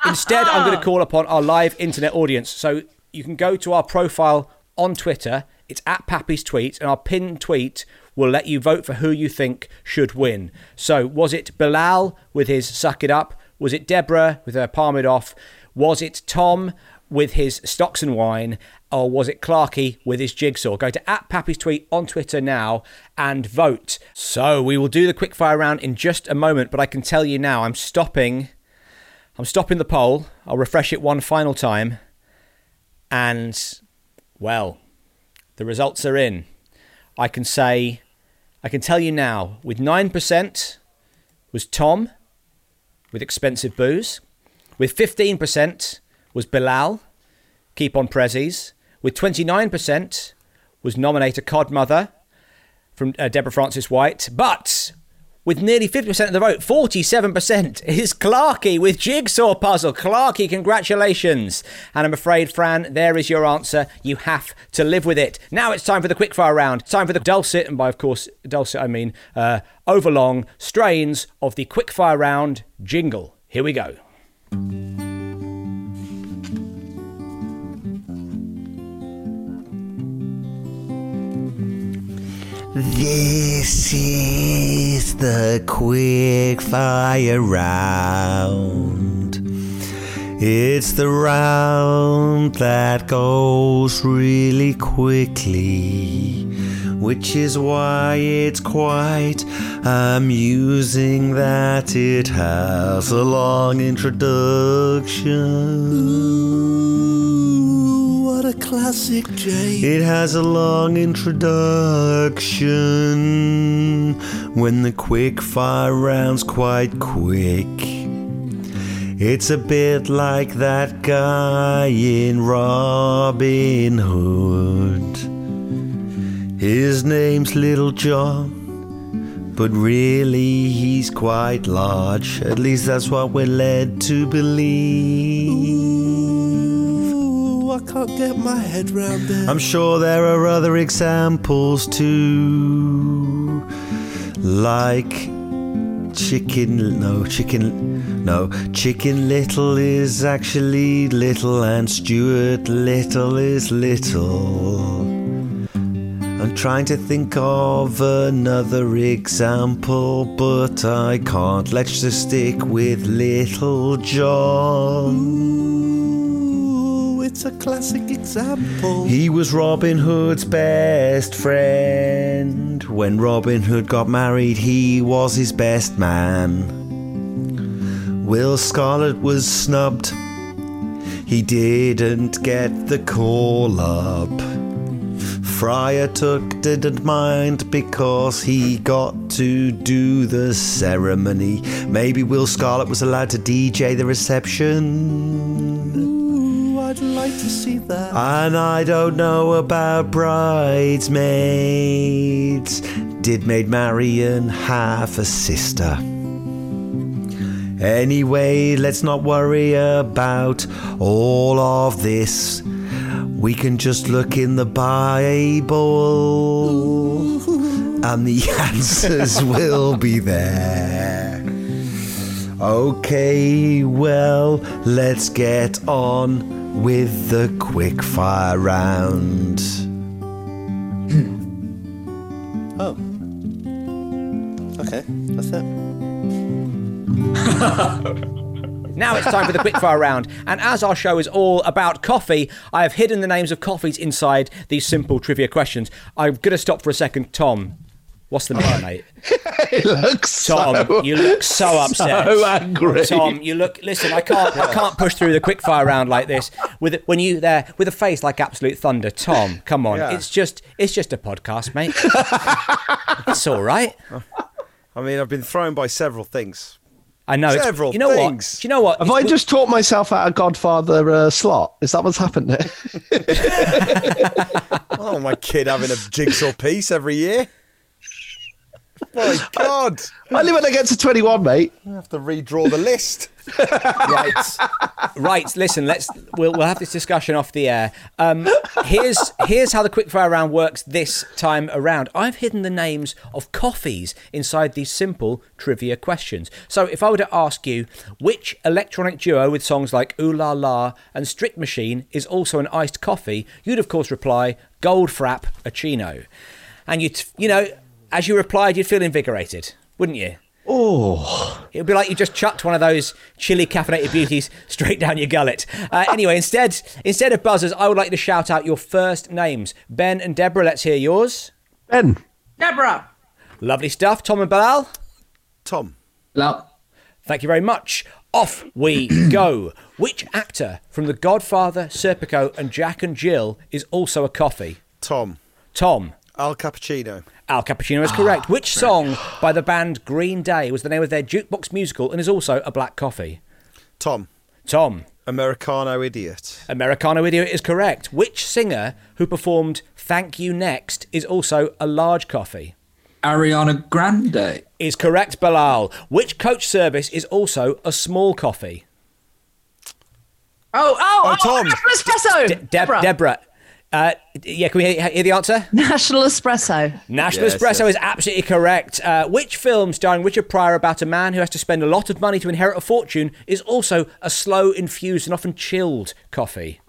S2: instead, I'm going to call upon our live internet audience. So you can go to our profile on Twitter. It's at Pappy's Tweet, and our pinned tweet will let you vote for who you think should win. So was it Bilal with his suck it up? Was it Deborah with her palm it off? Was it Tom with his stocks and wine? Or was it Clarkey with his jigsaw? Go to at Pappy's tweet on Twitter now and vote. So we will do the quickfire round in just a moment, but I can tell you now I'm stopping I'm stopping the poll. I'll refresh it one final time. And well, the results are in. I can say I can tell you now with 9% was Tom with expensive booze. With 15% was Bilal, keep on prezzies. With 29% was nominator Codmother from uh, Deborah Francis White. But with nearly 50% of the vote, 47% is Clarkey with Jigsaw Puzzle. Clarkey, congratulations. And I'm afraid, Fran, there is your answer. You have to live with it. Now it's time for the quickfire round. Time for the dulcet, and by, of course, dulcet, I mean uh, overlong strains of the quickfire round jingle. Here we go.
S7: This is the quick fire round. It's the round that goes really quickly, which is why it's quite amusing that it has a long introduction.
S3: What a classic, Jay.
S7: It has a long introduction when the quick fire round's quite quick. It's a bit like that guy in Robin Hood. His name's Little John, but really he's quite large. At least that's what we're led to believe.
S3: Ooh, I can't get my head round it.
S7: I'm sure there are other examples too, like chicken. No, chicken. No, Chicken Little is actually little, and Stuart Little is little. I'm trying to think of another example, but I can't. Let's just stick with Little John.
S3: Ooh, it's a classic example.
S7: He was Robin Hood's best friend. When Robin Hood got married, he was his best man. Will Scarlet was snubbed. He didn't get the call up. Friar Tuck didn't mind because he got to do the ceremony. Maybe Will Scarlet was allowed to DJ the reception.
S3: Ooh, I'd like to see that.
S7: And I don't know about bridesmaids. Did Maid Marian have a sister? Anyway, let's not worry about all of this. We can just look in the Bible and the answers will be there. Okay, well, let's get on with the quick fire round.
S3: Oh. Okay, that's it.
S2: Now it's time for the quickfire round. And as our show is all about coffee, I have hidden the names of coffees inside these simple trivia questions. I'm going to stop for a second. Tom, what's the matter, mate?
S1: it looks
S2: Tom,
S1: so,
S2: you look so upset.
S1: so angry.
S2: Tom, you look. Listen, I can't. I can't push through the quickfire round like this with when you there with a face like absolute thunder. Tom, come on.
S14: Yeah.
S2: It's just. It's just a podcast, mate. it's all right.
S14: I mean, I've been thrown by several things.
S2: I know. it's-
S14: Several
S2: You know
S14: things.
S2: what? Do you know what?
S1: Have I just taught myself out of Godfather uh, slot? Is that what's happened there?
S14: Oh, my kid having a jigsaw piece every year. My God.
S1: Only when I get to 21, mate.
S14: I have to redraw the list.
S2: right, right. Listen, let's we'll, we'll have this discussion off the air. Um, here's here's how the quickfire round works this time around. I've hidden the names of coffees inside these simple trivia questions. So if I were to ask you which electronic duo with songs like Ooh La La and Strict Machine is also an iced coffee, you'd of course reply Gold Frap a Chino, and you would you know as you replied you'd feel invigorated, wouldn't you? It would be like you just chucked one of those chilly caffeinated beauties straight down your gullet. Uh, anyway, instead instead of buzzers, I would like to shout out your first names. Ben and Deborah, let's hear yours.
S1: Ben,
S5: Deborah.
S2: Lovely stuff. Tom and Balal,
S14: Tom.
S6: Now,
S2: thank you very much. Off we go. Which actor from The Godfather, Serpico, and Jack and Jill is also a coffee?
S14: Tom.
S2: Tom.
S14: Al Cappuccino.
S2: Al Cappuccino is correct. Which song by the band Green Day was the name of their jukebox musical and is also a black coffee?
S14: Tom.
S2: Tom.
S14: Americano idiot.
S2: Americano Idiot is correct. Which singer who performed Thank You Next is also a large coffee?
S6: Ariana Grande.
S2: Is correct, Balal. Which coach service is also a small coffee?
S5: Oh, oh,
S14: Oh,
S5: oh,
S14: Tom.
S5: National Espresso.
S2: De- Deb- Deborah. Uh, yeah, can we hear, hear the answer?
S15: National Espresso.
S2: National
S14: Yes,
S2: Espresso
S14: yes.
S2: is absolutely correct. Uh, which film starring Richard Pryor about a man who has to spend a lot of money to inherit a fortune is also a slow, infused, and often chilled coffee?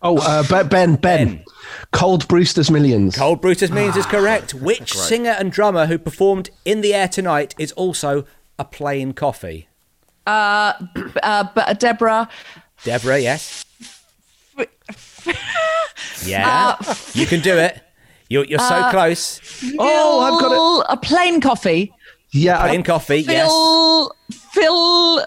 S3: Oh, uh, Be- ben, ben, Cold Brewster's Millions.
S2: Cold Brutus Means
S14: Ah,
S2: is correct. Which
S3: Great.
S2: singer and drummer who performed In the Air Tonight is also a plain coffee?
S5: Uh, b- uh, but uh, Deborah,
S2: Deborah, yes. yeah. you can do it. You're, you're so
S5: Uh,
S2: close.
S5: oh, I've got it. A plain coffee.
S3: Yeah.
S2: Plain coffee, yes.
S5: Phil, Phil,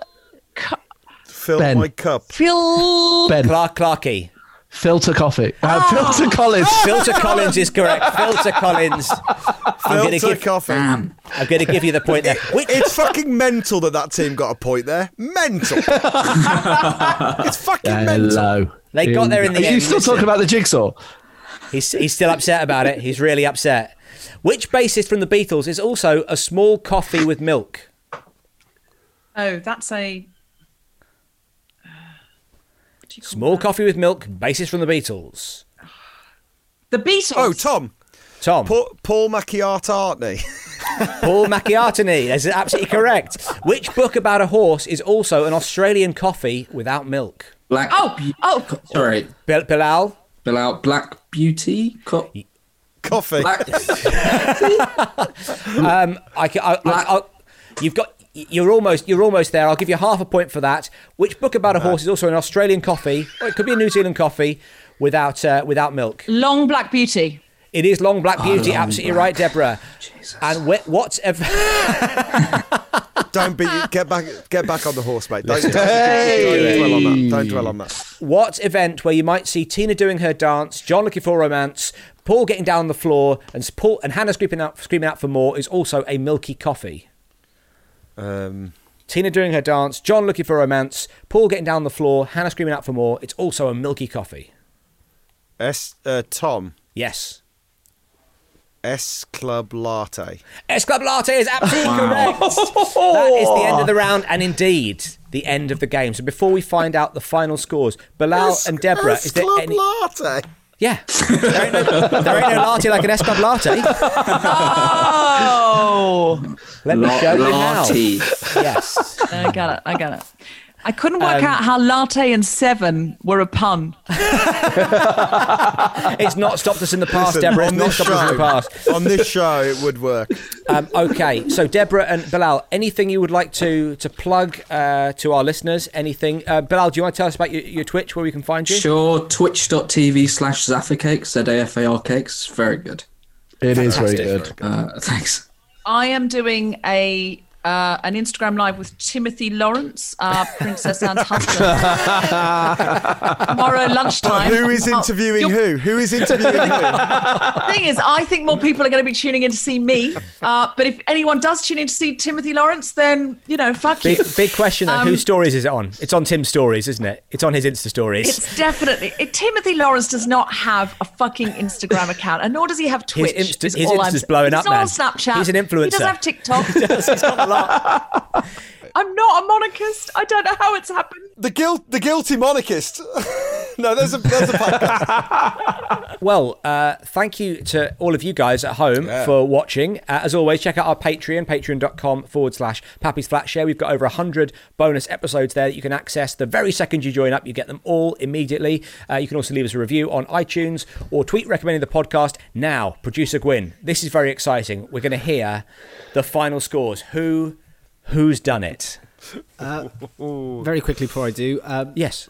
S1: Fill
S3: Ben.
S1: my cup.
S5: Phil.
S3: Ben.
S2: Clark Clarky.
S3: Filter coffee. Uh, Filter Collins.
S2: Filter Ah! Collins is correct. Filter Collins. I'm gonna
S1: Filter
S2: give-
S1: coffee.
S2: I'm going to give you the point there. Which,
S1: It's fucking mental that that team got a point there. Mental. it's fucking mental.
S3: Hello.
S2: They got there in the
S3: Are you
S2: end,
S3: still
S2: listen.
S3: talking about the jigsaw?
S2: he's, he's still upset about it. He's really upset. Which bassist from the Beatles is also a small coffee with milk?
S5: Oh, that's a.
S2: Small coffee with milk, bassist from the Beatles.
S5: The Beatles.
S1: Oh, Tom.
S2: Tom.
S1: Paul, Paul Macchiata,
S2: Paul Macchiatini. That's absolutely correct. Which book about a horse is also an Australian coffee without milk?
S6: Black.
S5: Oh, oh,
S6: Sorry,
S2: Bil- Bilal.
S6: Bill out. Black Beauty. Co-
S1: Coffee.
S6: black.
S2: Um, I, ca- I, I, I, you've got. You're almost. You're almost there. I'll give you half a point for that. Which book about a horse is also an Australian coffee? Or it could be a New Zealand coffee without uh, without milk.
S5: Long Black Beauty.
S2: It is Long Black Beauty.
S6: Oh, Long
S2: absolutely
S6: Black.
S2: right, Deborah.
S6: Jesus.
S2: And wh- what? Ev-
S1: Don't be. Get back. Get back on the horse, mate. Don't, don't, don't dwell on that. Don't dwell on that.
S2: What event where you might see Tina doing her dance, John looking for romance, Paul getting down on the floor, and Paul and Hannah screaming out, screaming out for more is also a milky coffee.
S1: Um,
S2: Tina doing her dance, John looking for romance, Paul getting down on the floor, Hannah screaming out for more. It's also a milky coffee.
S1: S. Uh, Tom.
S2: Yes.
S1: S Club Latte.
S2: S Club Latte is absolutely correct. that is the end of the round, and indeed the end of the game. So before we find out the final scores, Bilal and Deborah,
S1: S
S2: is there
S1: Club
S2: any?
S1: Latte.
S2: Yeah. there, ain't no, there ain't no latte like an S Club latte.
S5: Oh,
S2: Let me show you now.
S6: Lottie.
S2: Yes. Um,
S5: I got it. I got it. I couldn't work out how latte and seven were a pun.
S2: It's not stopped us in the past,
S1: Listen,
S2: Deborah. It's
S1: on
S2: not
S1: this
S2: stopped us in the
S1: show,
S2: past.
S1: on this show, it would work.
S2: Um, okay, so Deborah and Bilal, anything you would like to to plug uh, to our listeners? Anything? Uh, Bilal, do you want to tell us about your, your Twitch, where we can find you?
S6: Sure. Twitch.tv slash Zaffa Cakes. Z A F A R Cakes. Very good.
S3: It is very good.
S6: Uh, thanks.
S5: I am doing a uh, an Instagram live with Timothy Lawrence, uh, Princess Anne's husband. Tomorrow lunchtime.
S1: Who is
S5: Oh,
S1: interviewing
S5: you're-
S1: who? Who is interviewing who?
S5: The thing is, I think more people are going to be tuning in to see me. Uh, but if anyone does tune in to see Timothy Lawrence, then you know, fuck
S2: Big,
S5: you.
S2: big question though.
S5: Um,
S2: Whose stories is it on? It's on Tim's stories, isn't it? It's on his Insta stories.
S5: It's definitely it, Timothy Lawrence does not have a fucking Instagram account, and nor does he have Twitch.
S2: Insta-
S5: is
S2: his
S5: all I'm
S2: Insta's
S5: saying.
S2: blowing
S5: He's
S2: up,
S5: not on
S2: man.
S5: Snapchat.
S2: He's an
S5: He
S2: influencer.
S5: doesn't have TikTok.
S2: It's not a lot.
S5: I'm not a monarchist. I don't know how it's happened.
S1: The guilt, the guilty monarchist. no, there's a there's a podcast.
S2: Well, uh, thank you to all of you guys at home for watching. Uh, as always, check out our Patreon, patreon.com forward slash Pappy's Flat Share. We've got over 100 bonus episodes there that you can access the very second you join up. You get them all immediately. Uh, you can also leave us a review on iTunes or tweet recommending the podcast. Now, producer Gwyn, this is very exciting. We're going to hear the final scores. Who, who's done it?
S13: Uh, Very quickly before I do, uh,
S2: Yes.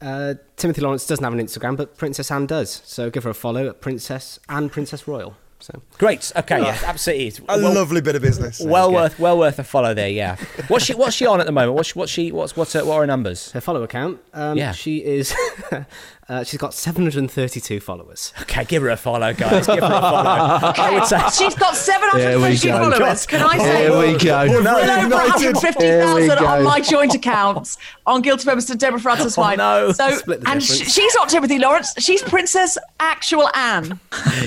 S13: uh, Timothy Lawrence doesn't have an Instagram, but Princess Anne does. So give her a follow at Princess Anne Princess Royal. So
S2: Great. Okay. Yes, absolutely.
S1: A
S2: Well-
S1: lovely bit of business.
S2: well worth well worth a follow there. Yeah. What's she What's she on at the moment? What's she, what's she what's what's her, what are her numbers?
S13: her follow account, um,
S2: Yeah.
S13: she is, uh, she's got 732 followers.
S2: Okay, give her a follow, guys. Give her a follow. I would say.
S5: She's got
S3: Here we
S5: 750
S3: go.
S5: followers. Can I say?
S3: Here we go.
S5: Well
S1: United.
S5: over
S3: Here we
S5: 150,000
S3: go.
S5: on my joint accounts on Guilty Feminist and Deborah Francis White.
S2: no.
S5: So,
S13: Split the
S5: and
S13: difference.
S5: sh- she's not Timothy Lawrence. She's Princess Actual Anne.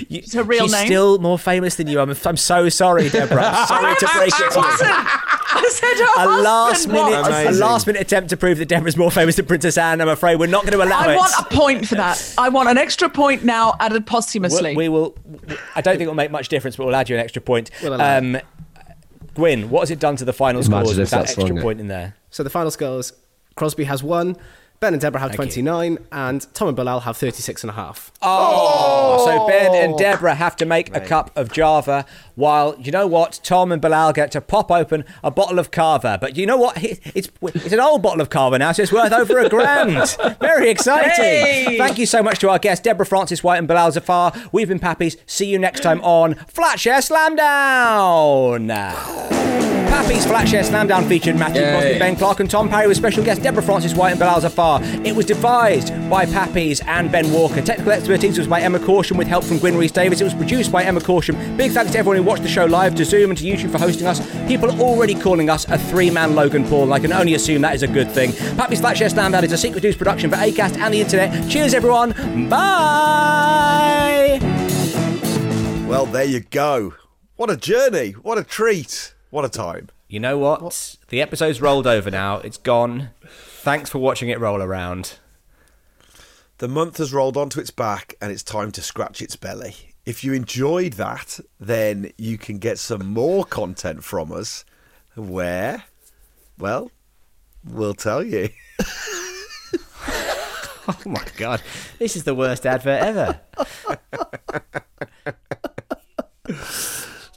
S2: You,
S5: her real
S2: she's
S5: name.
S2: still more famous than you. I'm I'm so sorry, Deborah. I'm sorry to break it
S5: Her
S2: to you.
S5: husband. I said her
S2: A
S5: husband
S2: last minute,
S5: was-
S2: a
S1: Amazing.
S2: last minute attempt to prove that Deborah's more famous than Princess Anne. I'm afraid we're not going to allow
S5: I
S2: it.
S5: want a point for that. I want an extra point now added posthumously.
S2: we, we will. I don't think it'll make much difference, but we'll add you an extra point. Um,
S13: We'll allow it.
S2: Gwyn, what has it done to the final
S3: Imagine
S2: scores
S3: if
S2: with that
S3: that's
S2: extra
S3: wrong.
S2: point in there?
S13: So the final scores Crosby has one, Ben and Deborah have
S2: Thank you.
S13: 29, and Tom and Bilal have 36 and a half.
S2: Oh, so Ben and
S13: Oh.
S2: Deborah have to make a
S13: Right.
S2: cup of Java, while you know what, Tom and Bilal get to pop open a bottle of Carver. But you know what? It- It's it's an old bottle of Carver now, so it's worth over a grand. Very exciting!
S4: Hey!
S2: Thank you so much to our guests, Deborah Francis White and Bilal Zafar. We've been Pappies. See you next time on Flatshare Slamdown. Pappies Flatshare Slamdown featured Matthew
S6: Yay.
S2: Crosby, Ben Clark, and Tom Parry with special guest Deborah Francis White and Bilal Zafar. It was devised by Pappies and Ben Walker. Technical expertise was by Emma Caution with help from Gwyn Reese Davis. It was produced by Emma Caution. Big thanks to everyone who watched the show live, to Zoom, and to YouTube for hosting us. People are already calling us a three man Logan Paul, and I can only assume that is a good thing. Pappies Flatshare Slamdown is a secret news production for ACAST and the internet. Cheers, everyone. Bye.
S1: Well, there you go. What a journey. What a treat. What a time.
S2: You know what? The episode's rolled over now. It's gone. Thanks for watching it roll around.
S1: The month has rolled onto its back and it's time to scratch its belly. If you enjoyed that, then you can get some more content from us where, well, we'll tell you.
S2: Oh my god, this is the worst advert ever.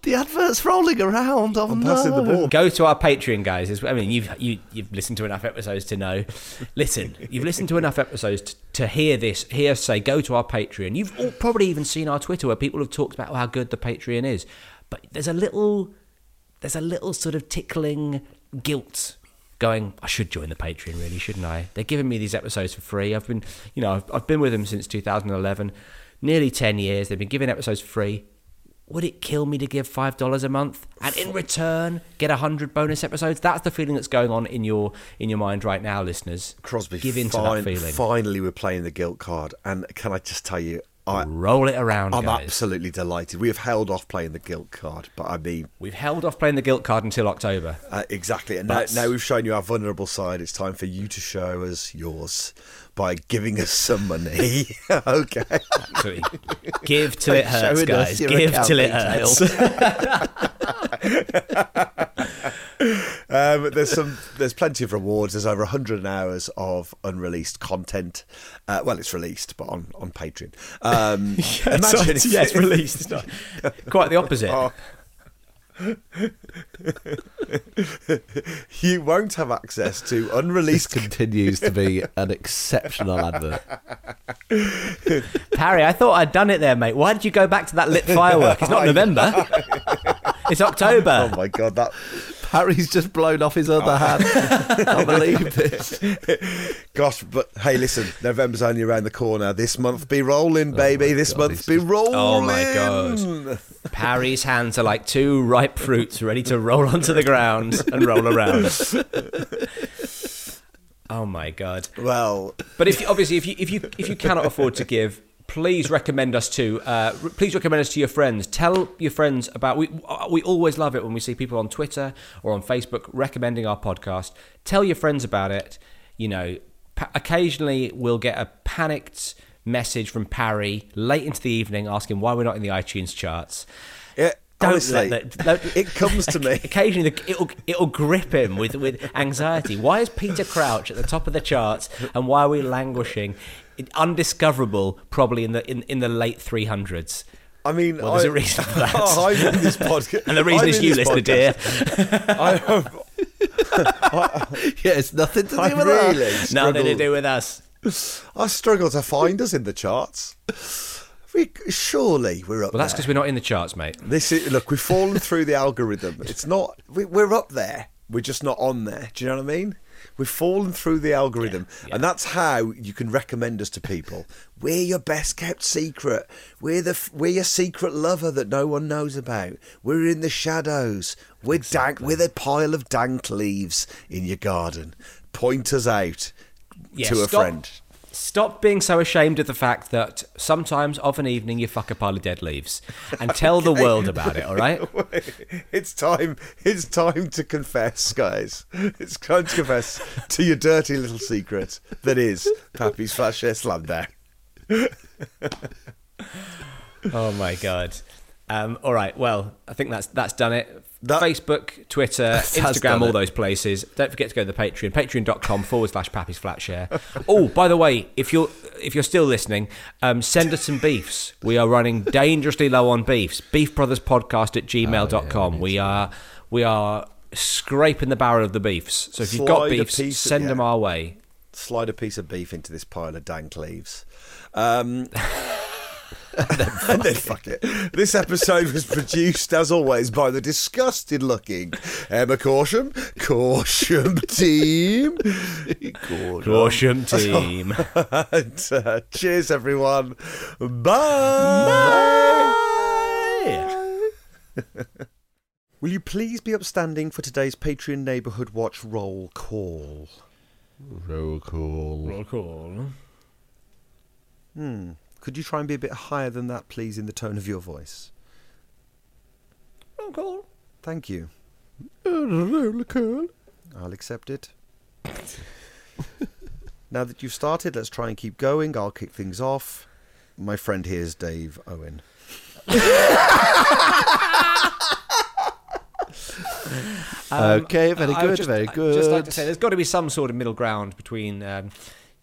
S16: The advert's rolling around. Oh, I'm no.
S2: Go to our Patreon, guys. It's- I mean, you've you, you've listened to enough episodes to know. Listen, you've listened to enough episodes to, to hear this hear us say. Go to our Patreon. You've all probably even seen our Twitter where people have talked about how good the Patreon is. But there's a little there's a little sort of tickling guilt going i should join the patreon really shouldn't i they're giving me these episodes for free i've been you know i've, I've been with them since 2011 nearly 10 years they've been giving episodes free would it kill me to give five dollars a month and in return get a hundred bonus episodes that's the feeling that's going on in your in your mind right now listeners
S1: Crosby,
S2: give in to
S1: fin-
S2: that feeling
S1: finally we're playing the guilt card. And can I just tell you, I,
S2: roll it around
S1: I'm
S2: guys.
S1: absolutely delighted. We have held off playing the guilt card, but I mean,
S2: we've held off playing the guilt card until october
S1: Uh, exactly. And now,
S2: That's-
S1: now we've shown you our vulnerable side. It's time for you to show us yours by giving us some money. okay.
S2: Absolutely. Give till it
S1: Showing
S2: hurts,
S1: us
S2: guys.
S1: your
S2: Give
S1: account
S2: till it
S1: details.
S2: hurts.
S1: um, there's some. There's plenty of rewards. There's over 100 hours of unreleased content. Uh, well, it's released, but on on Patreon. Um, imagine if-
S2: yeah, it's released. It's not quite the opposite.
S1: Oh. you won't have access to unreleased
S16: Continues to be an exceptional advert.
S2: Harry, I thought I'd done it there, mate. Why did you go back to that lit firework? It's not November. it's
S1: Oh
S2: October.
S1: my god, that
S16: Harry's just blown off his
S1: Oh.
S16: other hand. I believe this.
S1: gosh, but hey, listen, November's only around the corner. This month be rolling, baby. this month be rolling.
S2: Oh my God. Harry's hands are like two ripe fruits ready to roll onto the ground and roll around. Oh my god.
S1: Well,
S2: But if you, obviously, if you if you if you cannot afford to give, please recommend us to uh, re- please recommend us to your friends. Tell your friends about we uh, we always love it when we see people on Twitter or on Facebook recommending our podcast. Tell your friends about it. You know, pa- occasionally we'll get a panicked message from Parry late into the evening asking why we're not in the iTunes charts.
S1: Yeah,
S2: Don't
S1: honestly,
S2: let that, don't-
S1: it comes to me.
S2: Uh, Occasionally, the- it'll it'll grip him with with anxiety. Why is Peter Crouch at the top of the charts, and why are we languishing, in- undiscoverable, probably in the in, in the late three hundreds?
S1: I mean,
S2: Well, there's
S1: I,
S2: a reason for that.
S1: Oh, I'm in this podcast,
S2: And the reason
S1: I'm
S2: is
S1: in
S2: you,
S1: this
S2: listener
S1: podcast.
S2: dear.
S1: I have,
S16: Yeah, it's nothing to do
S1: I
S16: with that.
S1: really
S2: Nothing to
S1: struggle-
S2: do with us.
S1: I struggle to find us in the charts. We surely we're up.
S2: Well, that's
S1: there.
S2: because we're not in the charts, mate.
S1: This is look, we've fallen through the algorithm. It's not we, we're up there. We're just not on there. Do you know what I mean? We've fallen through the algorithm, and that's how you can recommend us to people. We're your best kept secret. We're the f- we're your secret lover that no one knows about. We're in the shadows. We're dank. We're the pile of dank leaves in your garden. Point us out
S2: Yeah,
S1: to a
S2: stop-
S1: friend.
S2: Stop being so ashamed of the fact that sometimes of an evening you fuck a pile of dead leaves, and tell the world about it. All right.
S1: it's time. It's time to confess, guys. It's time to confess to your dirty little secret that is Pappy's Flash Air Slam Down.
S2: Oh my god. Um, all right. Well, I think that's that's done it. Facebook, Twitter,
S3: has
S2: Instagram,
S3: done
S2: all
S3: it.
S2: those places. Don't forget to go to the Patreon, patreon.com forward slash Pappy's Flat Share. Oh, by the way, if you're if you're still listening, um, send us some beefs. We are running dangerously low on beefs. Beefbrotherspodcast at
S3: Oh,
S2: gmail.com. we are we are scraping the barrel of the beefs. So if you've got
S1: Slide a
S2: beefs,
S1: piece-
S2: send them
S1: yeah.
S2: our way.
S1: Slide a piece of beef into this pile of dank leaves. Um, and then fuck it. This episode was produced, as always, by the disgusted looking Emma Caution, Caution Team.
S2: Caution team.
S1: and, uh, cheers, everyone. Bye. Will you please be upstanding for today's Patreon Neighbourhood Watch roll call?
S3: Roll call.
S2: Roll call.
S1: Hmm. Could you try and be a bit higher than that, please, in the tone of your voice?
S2: Roll call.
S1: Thank you.
S3: Roll call.
S1: I'll accept it. now that you've started, let's try and keep going. I'll kick things off. My friend here is Dave Owen.
S3: Okay, very
S2: Um, I would
S3: good,
S2: just-
S3: very
S2: I'd Just like to
S3: good.
S2: say, there's got to be some sort of middle ground between um,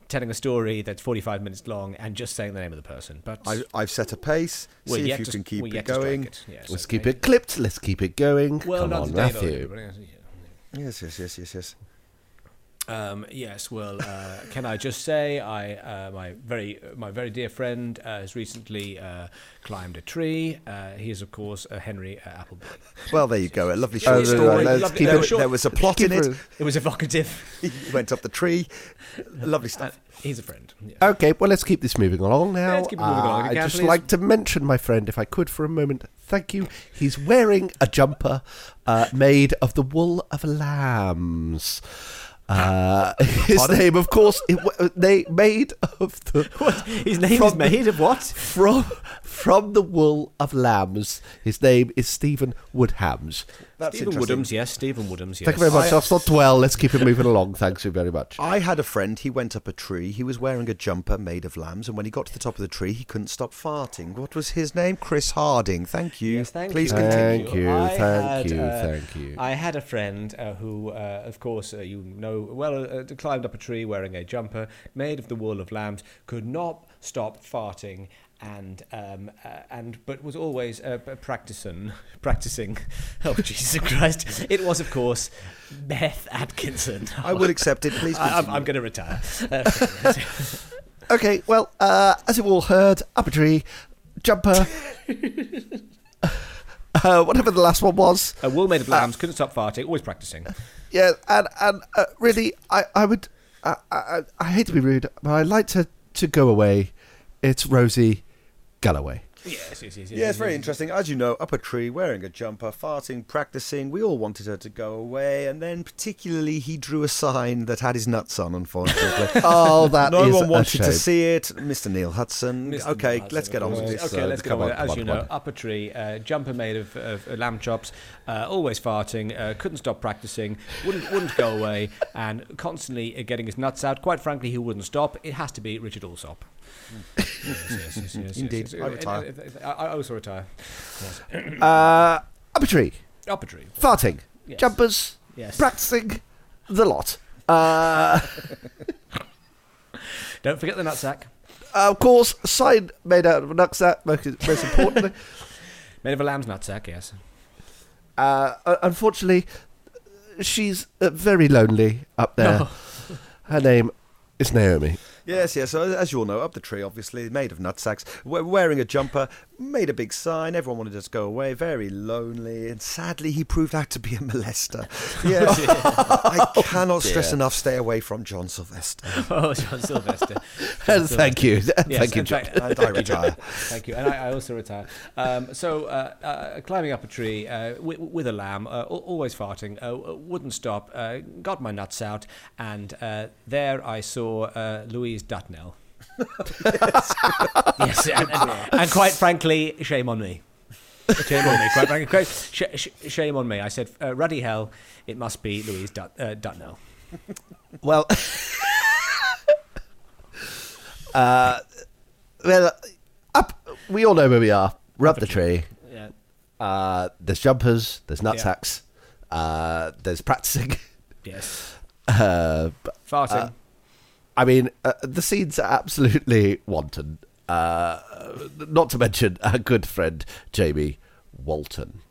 S2: telling a story that's 45 minutes long and just saying the name of the person. But
S1: I, I've set a pace.
S2: we're
S1: See if
S2: yet
S1: you
S2: to-
S1: can keep
S2: we're
S1: it
S2: yet to strike
S1: going.
S2: it. Yeah,
S3: Let's
S2: so
S3: keep
S2: maybe-
S3: it clipped. Let's keep it going.
S2: Well
S3: Come
S2: done,
S3: on,
S2: to Dave
S3: Matthew.
S2: Owen.
S1: Yes, yes, yes, yes, yes.
S2: Um, yes, well, uh, can I just say, I uh, my very my very dear friend uh, has recently uh, climbed a tree. Uh, he is, of course, uh, Henry uh, Appleby.
S1: Well, there you go. A lovely
S16: Oh,
S1: short
S2: Short
S1: story.
S2: story. Lovely-
S1: There-
S2: uh, short-
S1: there was a plot in it.
S2: It was evocative.
S1: He went up the tree. Lovely stuff.
S2: He's a friend. Yeah.
S3: Okay, well, let's keep this moving along now.
S2: Let's keep it moving along,
S3: Uh,
S2: okay,
S3: I'd just
S2: please?
S3: like to mention, my friend, if I could for a moment, thank you. He's wearing a jumper uh, made of the wool of lambs. Uh, his name, of course, it, wa- uh, they made of the.
S17: His name is
S3: From-
S17: made of what?
S3: From from the wool of lambs. His name is Stephen Woodhams.
S1: That's
S2: Stephen
S1: interesting.
S2: Woodhams, yes. Stephen Woodhams, yes.
S3: Thank you very much.
S1: I-
S3: That's not well. Let's keep it moving along. Thanks you very much.
S1: I had a friend. He went up a tree. He was wearing a jumper made of lambs, and when he got to the top of the tree, he couldn't stop farting. What was his name? Chris Harding. Thank you.
S2: Yes, thank
S1: Please
S2: you.
S1: continue.
S3: Thank you,
S2: I
S3: thank
S2: had,
S3: you,
S2: uh,
S3: thank you.
S2: I had a friend uh, who, uh, of course, uh, you know well, uh, climbed up a tree wearing a jumper made of the wool of lambs, could not stop farting, and um, uh, and but was always uh, p- practicing, practicing. Oh Jesus Christ! It was, of course, Beth Atkinson.
S1: I will accept it. Please
S2: I, am
S1: continue.
S2: I'm going to retire. Uh,
S3: Okay, well, uh, as you've all heard, up a tree, jumper, uh, whatever the last one was. Uh,
S2: a wool made of lambs couldn't stop farting. Always practicing.
S3: Yeah, and and uh, really, I I would I, I I hate to be rude, but I'd like to to go away. It's Rosie Galloway.
S2: Yes, yes, yes. yes,
S1: yeah, it's very
S2: yes.
S1: interesting. As you know, up a tree, wearing a jumper, farting, practicing. We all wanted her to go away, and then particularly he drew a sign that had his nuts on. Unfortunately,
S3: Oh, that
S1: no
S3: is
S1: one
S3: a
S1: wanted to
S3: shame.
S1: see it. Mr. Neil Hudson.
S2: Mr.
S1: Okay,
S2: Hudson,
S1: let's get
S2: of
S1: on with
S2: course.
S1: this.
S2: Okay,
S1: uh,
S2: let's get
S3: come
S2: on with
S3: on,
S2: it.
S3: come
S2: As
S3: on,
S2: you
S3: come
S2: know,
S3: on.
S2: up a tree, uh, jumper made of, of uh, lamb chops, uh, always farting, uh, couldn't stop practicing, wouldn't wouldn't go away, and constantly uh, getting his nuts out. Quite frankly, he wouldn't stop. It has to be Richard Allsop. yes, yes, yes,
S1: Mm.
S2: yes,
S1: Indeed. I retire.
S2: I, I also retire.
S3: Uh, up a tree,
S2: Up a tree.
S3: farting,
S2: Yes.
S3: jumpers,
S2: Yes.
S3: practicing, the lot. Uh,
S2: Don't forget the nutsack.
S3: of course, sign made out of a knapsack. Most, most importantly.
S2: Made of a lamb's nutsack, yes.
S3: Uh, u- unfortunately, she's uh, very lonely up there.
S2: Oh.
S3: Her name is Naomi.
S1: Yes, yes. So as you all know, up the tree, obviously made of nutsacks, we- wearing a jumper, made a big sign. Everyone wanted us to go away. Very lonely, and sadly, he proved out to be a molester. Yes, I cannot stress enough. Stay away from John Sylvester.
S2: Oh, John Sylvester.
S3: And thank you.
S2: Yes,
S3: thank you,
S2: in
S3: John.
S2: fact-
S1: And I
S2: thank you, John.
S1: retire.
S2: Thank you, and I, I also retire. Um, so, uh, uh, climbing up a tree uh, with, with a lamb, uh, al- always farting, uh, wouldn't stop, uh, got my nuts out, and uh, there I saw uh, Louise Dutnell. yes, and, and, and quite frankly, shame on me. Shame on me, quite frankly. Quite, sh- sh- shame on me. I said, uh, ruddy hell, it must be Louise Dut- uh, Dutnell.
S3: Well, uh, well, up. We all know where we are. We're up the tree.
S2: Yeah.
S3: Uh, there's jumpers. There's
S2: Yeah.
S3: nutsacks. Uh, there's practicing.
S2: Yes.
S3: Uh, but,
S2: Farting.
S3: uh, I mean, uh, the scenes are absolutely wanton. Uh, not to mention our good friend Jamie Walton.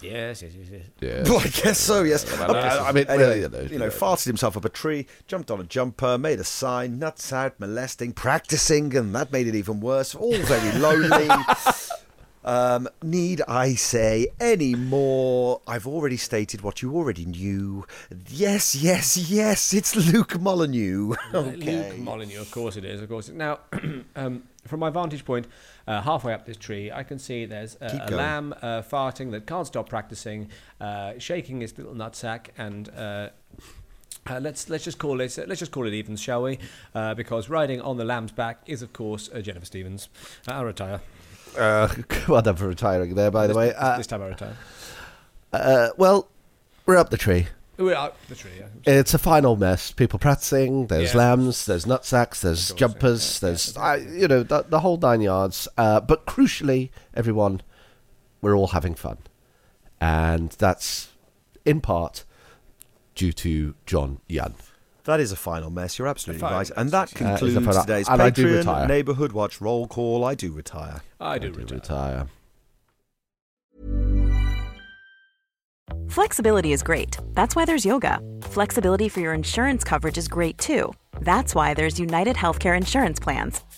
S2: Yes, yes, yes, yes.
S3: Yeah.
S1: Well, I guess so. Yes.
S3: Well, I- I mean, well,
S1: anyway,
S3: you
S1: you
S3: know,
S1: know,
S3: yeah.
S1: farted himself up a tree, jumped on a jumper, made a sign, nuts out, molesting, practicing, and that made it even worse. All very lonely. um, need I say any more? I've already stated what you already knew. Yes, yes, yes. It's Luke Molyneux. okay.
S2: Luke Molyneux, of course it is, of course. It, now, um, from my vantage point, uh, halfway up this tree, I can see there's
S1: Keep
S2: a, a
S1: going.
S2: lamb uh, farting that can't stop practicing, uh, shaking his little nutsack, and uh, uh, let's let's just call it let's just call it evens, shall we? Uh, because riding on the lamb's back is, of course, uh, Jennifer Stevens. Uh, I'll retire.
S3: Uh, well done for retiring there, by the way.
S2: This-
S3: Uh,
S2: this time I retire.
S3: uh, well, we're up the tree.
S2: We're out the tree. Yeah.
S3: It's a final mess. People practicing. There's
S2: Yeah.
S3: lambs. There's nutsacks. There's jumpers. There's I, you know the, the whole nine yards. Uh, but crucially, everyone, we're all having fun, and that's in part due to John Yan.
S1: That is a final mess. You're absolutely
S2: final
S1: right. And that
S3: mess, yes. Uh, it's a
S1: concludes
S3: final-
S1: today's
S3: and I do retire.
S1: Patreon Neighbourhood Watch roll call. I do retire.
S2: I do
S3: Do
S2: retire.
S3: retire.
S18: Flexibility is great. That's why there's yoga. Flexibility for your insurance coverage is great too. That's why there's United Healthcare Insurance Plans.